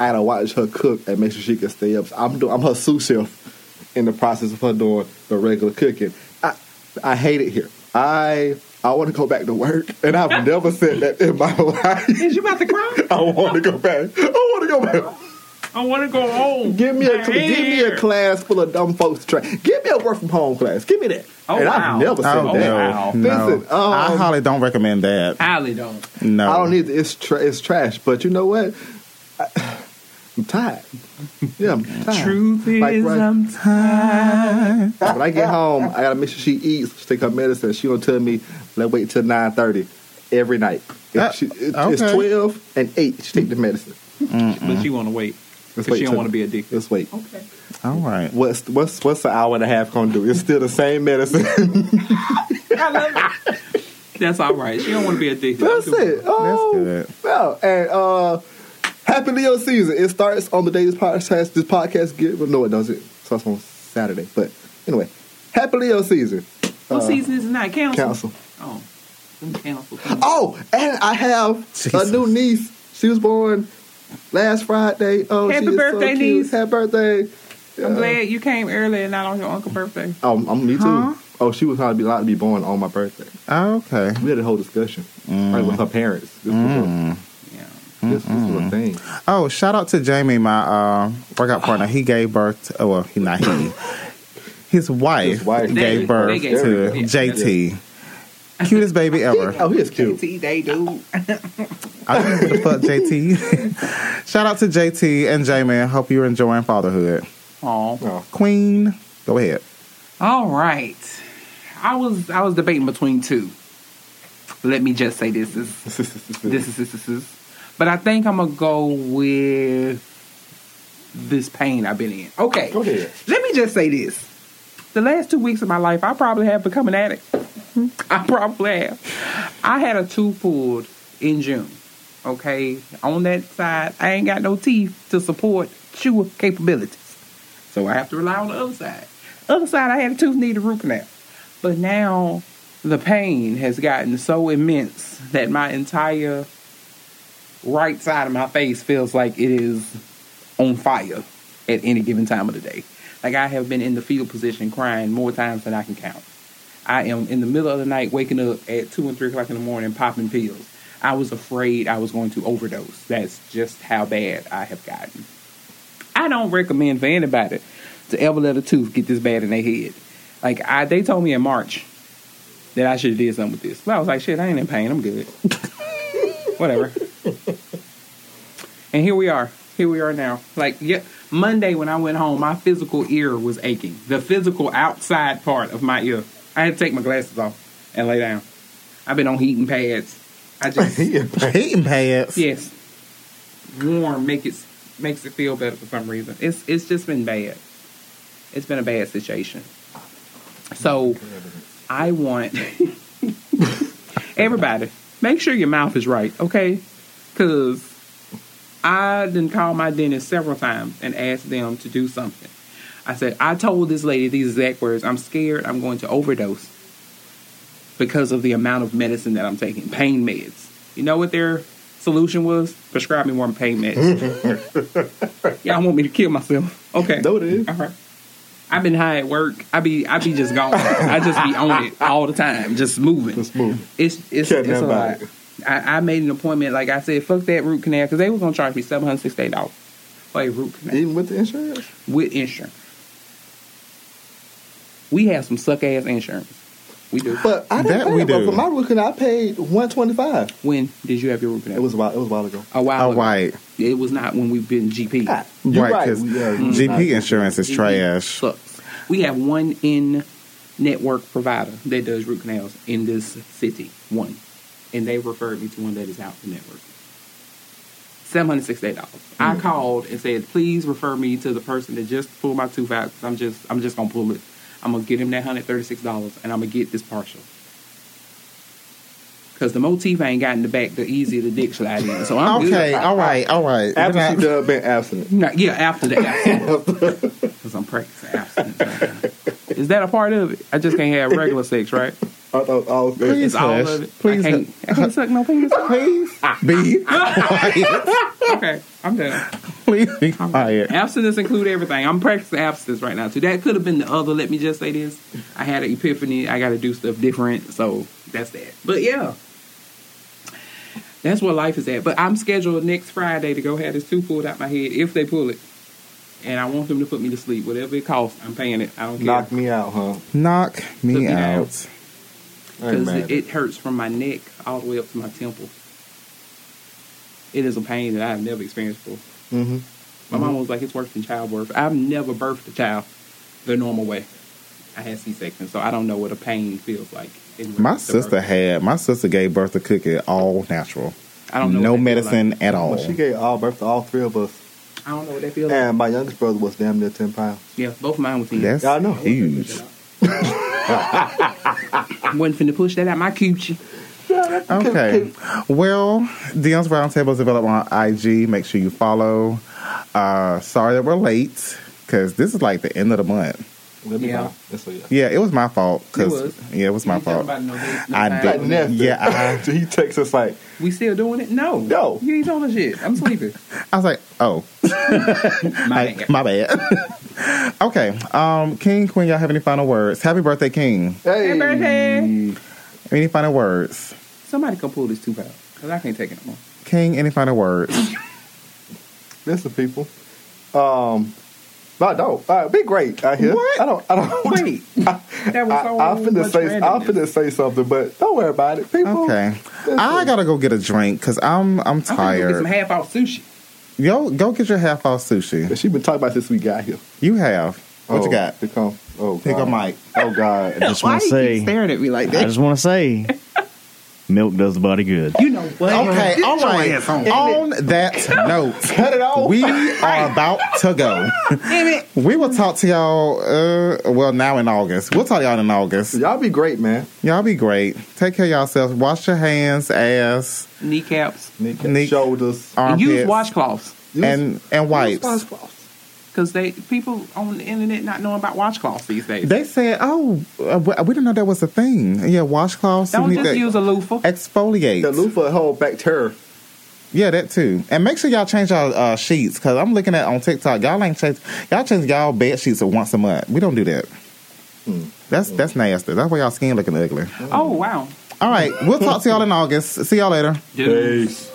S3: I gotta watch her cook and make sure she can stay up. So I'm doing I'm her sous chef in the process of her doing the regular cooking. I I hate it here. I I want to go back to work, and I've never said that in my life.
S2: Is you about to cry?
S3: I want to go back. I want to go back.
S2: I want to go home.
S3: Give me a cl- give me a class full of dumb folks to try. Give me a work from home class. Give me that.
S2: Oh,
S3: and
S2: wow.
S3: I've never said
S1: Oh,
S3: that.
S1: wow. No.
S3: Listen, um,
S1: I highly don't recommend that.
S2: Highly don't.
S1: No.
S3: I don't need it's tra- it's trash. But you know what? I, am tired. Yeah, I'm tired.
S2: Truth
S3: Like,
S2: is,
S3: right-
S2: I'm tired.
S3: when I get home, I gotta make sure she eats. She take her medicine. She gonna tell me, "Let's wait till nine thirty every night." If
S1: Uh,
S3: she, it-
S1: okay.
S3: It's twelve and eight. She take the medicine.
S2: But you want to wait
S3: Let's
S2: because
S3: wait
S2: she don't
S3: till-
S2: want to be addicted.
S3: Let's wait.
S2: Okay.
S1: All right.
S3: What's what's what's an hour and a half gonna do? It's still the same medicine.
S2: I love it. That's all right. She don't want to be addicted.
S3: That's it. Oh,
S1: That's good.
S3: Well, and uh, happy Leo season. It starts on the day this podcast this podcast get. Well, no, it doesn't. It starts on Saturday. But anyway, happy Leo season.
S2: What
S3: Uh,
S2: season is it not? Council.
S3: Council.
S2: Oh, them council.
S3: Oh, and I have
S1: Jesus.
S3: a new niece. She was born last Friday. Oh,
S2: Happy
S3: she is so
S2: birthday,
S3: cute.
S2: niece.
S3: Happy birthday.
S2: I'm glad you came early and not on your uncle's birthday.
S3: Um, I'm me too.
S1: Huh?
S3: Oh, she was how to be allowed to be born on my birthday.
S1: Oh, okay.
S3: We had a whole discussion like with her parents. This, was,
S2: Yeah.
S3: a, this, this was a thing.
S1: Oh, shout out to Jamie, my uh,
S3: Ah.
S1: workout partner. He gave birth. To, oh, well, he not he. His wife,
S3: His wife.
S2: They- they
S1: gave birth
S2: gave
S1: to
S2: birth, yeah.
S1: JT. Cutest baby ever.
S3: Oh, he is cute.
S2: See, they do.
S1: I don't know who the fuck JT. shout out to JT and Jamie. Hope you're enjoying fatherhood.
S2: Oh.
S3: Oh.
S1: Queen, go ahead.
S2: All right. I was I was debating between two. Let me just say this is this is this is, this is. But I think I'm gonna go with this pain I've been in. Okay.
S3: Go ahead.
S2: Let me just say this. The last two weeks of my life, I probably have become an addict.
S3: Mm-hmm.
S2: I probably have. I had a tooth pulled in June. Okay. On that side, I ain't got no teeth to support chew capabilities. So I have to rely on the other side. Other side, I had a tooth need a root canal. But now the pain has gotten so immense that my entire right side of my face feels like it is on fire at any given time of the day. Like I have been in the fetal position crying more times than I can count. I am in the middle of the night waking up at two and three o'clock in the morning popping pills. I was afraid I was going to overdose. That's just how bad I have gotten. I don't recommend for anybody to ever let a tooth get this bad in their head. Like I, they told me in March that I should have did something with this. But I was like, shit, I ain't in pain. I'm good. Whatever. And here we are. Here we are now. Like yeah, Monday when I went home, my physical ear was aching. The physical outside part of my ear. I had to take my glasses off and lay down. I've been on heating pads. I just
S1: Hating pads.
S2: Yes. Warm make it makes it feel better for some reason. It's it's just been bad. It's been a bad situation. So I want everybody make sure your mouth is right, okay? Cause I didn't call my dentist several times and asked them to do something. I said, I told this lady these exact words. I'm scared I'm going to overdose because of the amount of medicine that I'm taking, pain meds. You know what their solution was? Prescribe me more pain meds. Y'all want me to kill myself? Okay.
S3: No, it is.
S2: All right. I've been high at work. I be I be just gone. I just be on it all the time, just moving.
S3: Just moving.
S2: It's it's,
S3: Cutting
S2: it's a lot.
S3: everybody.
S2: I, I made an appointment. Like I said, fuck that root canal because they was gonna charge me seven hundred sixty eight dollars for a root canal
S3: Even with the insurance?
S2: with insurance. We have some suck ass insurance. We do.
S3: But I
S1: That
S3: didn't pay
S1: we
S3: that much
S1: do.
S3: for my root canal. I paid one twenty five.
S2: when did you have your root canal?
S3: It was a while. It was a while ago.
S2: a while.
S1: All
S2: ago.
S1: right.
S2: It was not when we've been GP.
S3: God, you're
S1: Right, Mm. because
S3: we are-
S1: GP insurance is
S2: GP
S1: trash.
S2: Sucks. We have one in network provider that does root canals in this city. One. And they referred me to one that is out the network. Seven hundred sixty-eight dollars. I
S1: Hmm.
S2: called and said, "Please refer me to the person that just pulled my tooth out. 'cause I'm just, I'm just gonna pull it. I'm gonna get him that hundred thirty-six dollars, and I'm gonna get this partial." Because the motif ain't got in the back, the easier the dick slide in. So I'm
S1: okay,
S2: good.
S1: all right, all right.
S2: After
S1: We're
S2: she
S3: dub and abstinent.
S2: No, yeah, after the abstinence. Because I'm practicing abstinence. right now. Is that a part of it? I just can't have regular sex, right?
S3: I thought all
S2: it's all of it.
S1: Please,
S2: I can't, I can't suck no penis.
S1: Please be
S3: Ah.
S1: quiet.
S2: okay, I'm done.
S1: Please be quiet.
S2: Abstinence include everything. I'm practicing abstinence right now too. That could have been the other. Let me just say this: I had an epiphany. I got to do stuff different. So that's that. But yeah, that's where life is at. But I'm scheduled next Friday to go have this two pulled out my head if they pull it, and I want them to put me to sleep. Whatever it costs, I'm paying it. I don't care.
S3: Knock me out, huh?
S1: Knock me out.
S3: I ain't
S2: Because
S3: mad at
S2: it, it hurts from my neck all the way up to my temple. It is a pain that I've never experienced before.
S3: Mm-hmm.
S2: My mom was like, it's worse than childbirth. I've never birthed a child the normal way. I had C-section, so I don't know what a pain feels like. in
S1: My
S2: reference to birth.
S1: sister had my sister gave birth to Cookie all natural.
S2: I don't know
S1: no
S2: what they feel
S1: medicine
S2: like.
S1: at all.
S3: Well, she gave all birth to all three of us,
S2: I don't know what that feels like.
S3: and my youngest brother was damn near ten pounds.
S2: Yeah, both of mine was in.
S1: That's
S2: I
S1: huge.
S2: Wasn't finna push that out my coochie.
S1: Okay. Well, Dion's Roundtable is available on IG. Make sure you follow. Uh, sorry that we're late because this is like the end of the month.
S3: Let me
S2: Yeah.
S3: know. That's what, yeah.
S1: Yeah, it was my fault.
S2: It
S1: 'cause-
S2: was.
S1: Yeah, it was my
S2: You tell
S1: fault.
S2: nobody no this, no
S1: I
S2: that.
S1: did.
S3: Like nothing.
S1: Yeah,
S3: he texts us like,
S2: We still doing it? No.
S3: No.
S2: You ain't doing shit. I'm sleeping.
S1: I was like, oh,
S2: My
S1: like, my bad. okay. Um, King, Queen, y'all have any final words? Happy birthday, King.
S2: Hey, birthday.
S1: Any final words?
S2: Somebody come pull this two pound. Because I can't take it no more.
S1: King, any final words?
S3: Listen, people. Um, no, I don't. Uh, be great out here.
S1: What?
S3: I don't. I don't.
S2: Wait. that was
S3: I,
S2: so
S3: I'm finna
S2: much
S3: say. I'm
S2: randomness.
S3: finna say something, but don't worry about it, people.
S1: Okay. I gotta go get a drink because I'm I'm
S2: I'm finna go get some
S1: tired.
S2: half off sushi.
S1: Yo, go get your half off sushi.
S3: She been talking about this. We got here.
S1: You have. What
S3: oh,
S1: you got?
S3: Here come. Oh,
S1: Pick up
S3: God.
S1: mic.
S3: Oh God.
S6: Just want to say,
S2: Staring at me like
S6: I
S2: that.
S6: just want to say, milk does the body good.
S2: You know what?
S1: Okay, all right. On that note,
S3: it off.
S1: we are about to go.
S2: Damn it.
S1: We will talk to y'all. Uh, well, now in August, we'll talk to y'all in August.
S3: Y'all be great, man.
S1: Y'all be great. Take care of yourselves. Wash your hands, ass,
S2: Kneecaps.
S3: Neck,
S1: Neck.
S3: shoulders.
S2: And
S1: armpits,
S2: use washcloths.
S1: and and wipes.
S2: Because they people on the internet not knowing about washcloths these days.
S1: They said, "Oh, uh, we we didn't know that was a thing." Yeah, washcloths. you
S2: Don't
S1: need
S2: just
S1: to
S2: use a loofah.
S1: exfoliate.
S3: The loofah hold back terror.
S1: Yeah, that too. And make sure y'all change y'all uh, sheets because I'm looking at on TikTok. Y'all ain't change y'all change y'all bed sheets once a month. We don't do that. That's that's nasty. That's why y'all skin looking ugly.
S2: Oh wow.
S1: All right, we'll talk to y'all in August. See y'all later.
S3: Peace.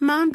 S8: Mom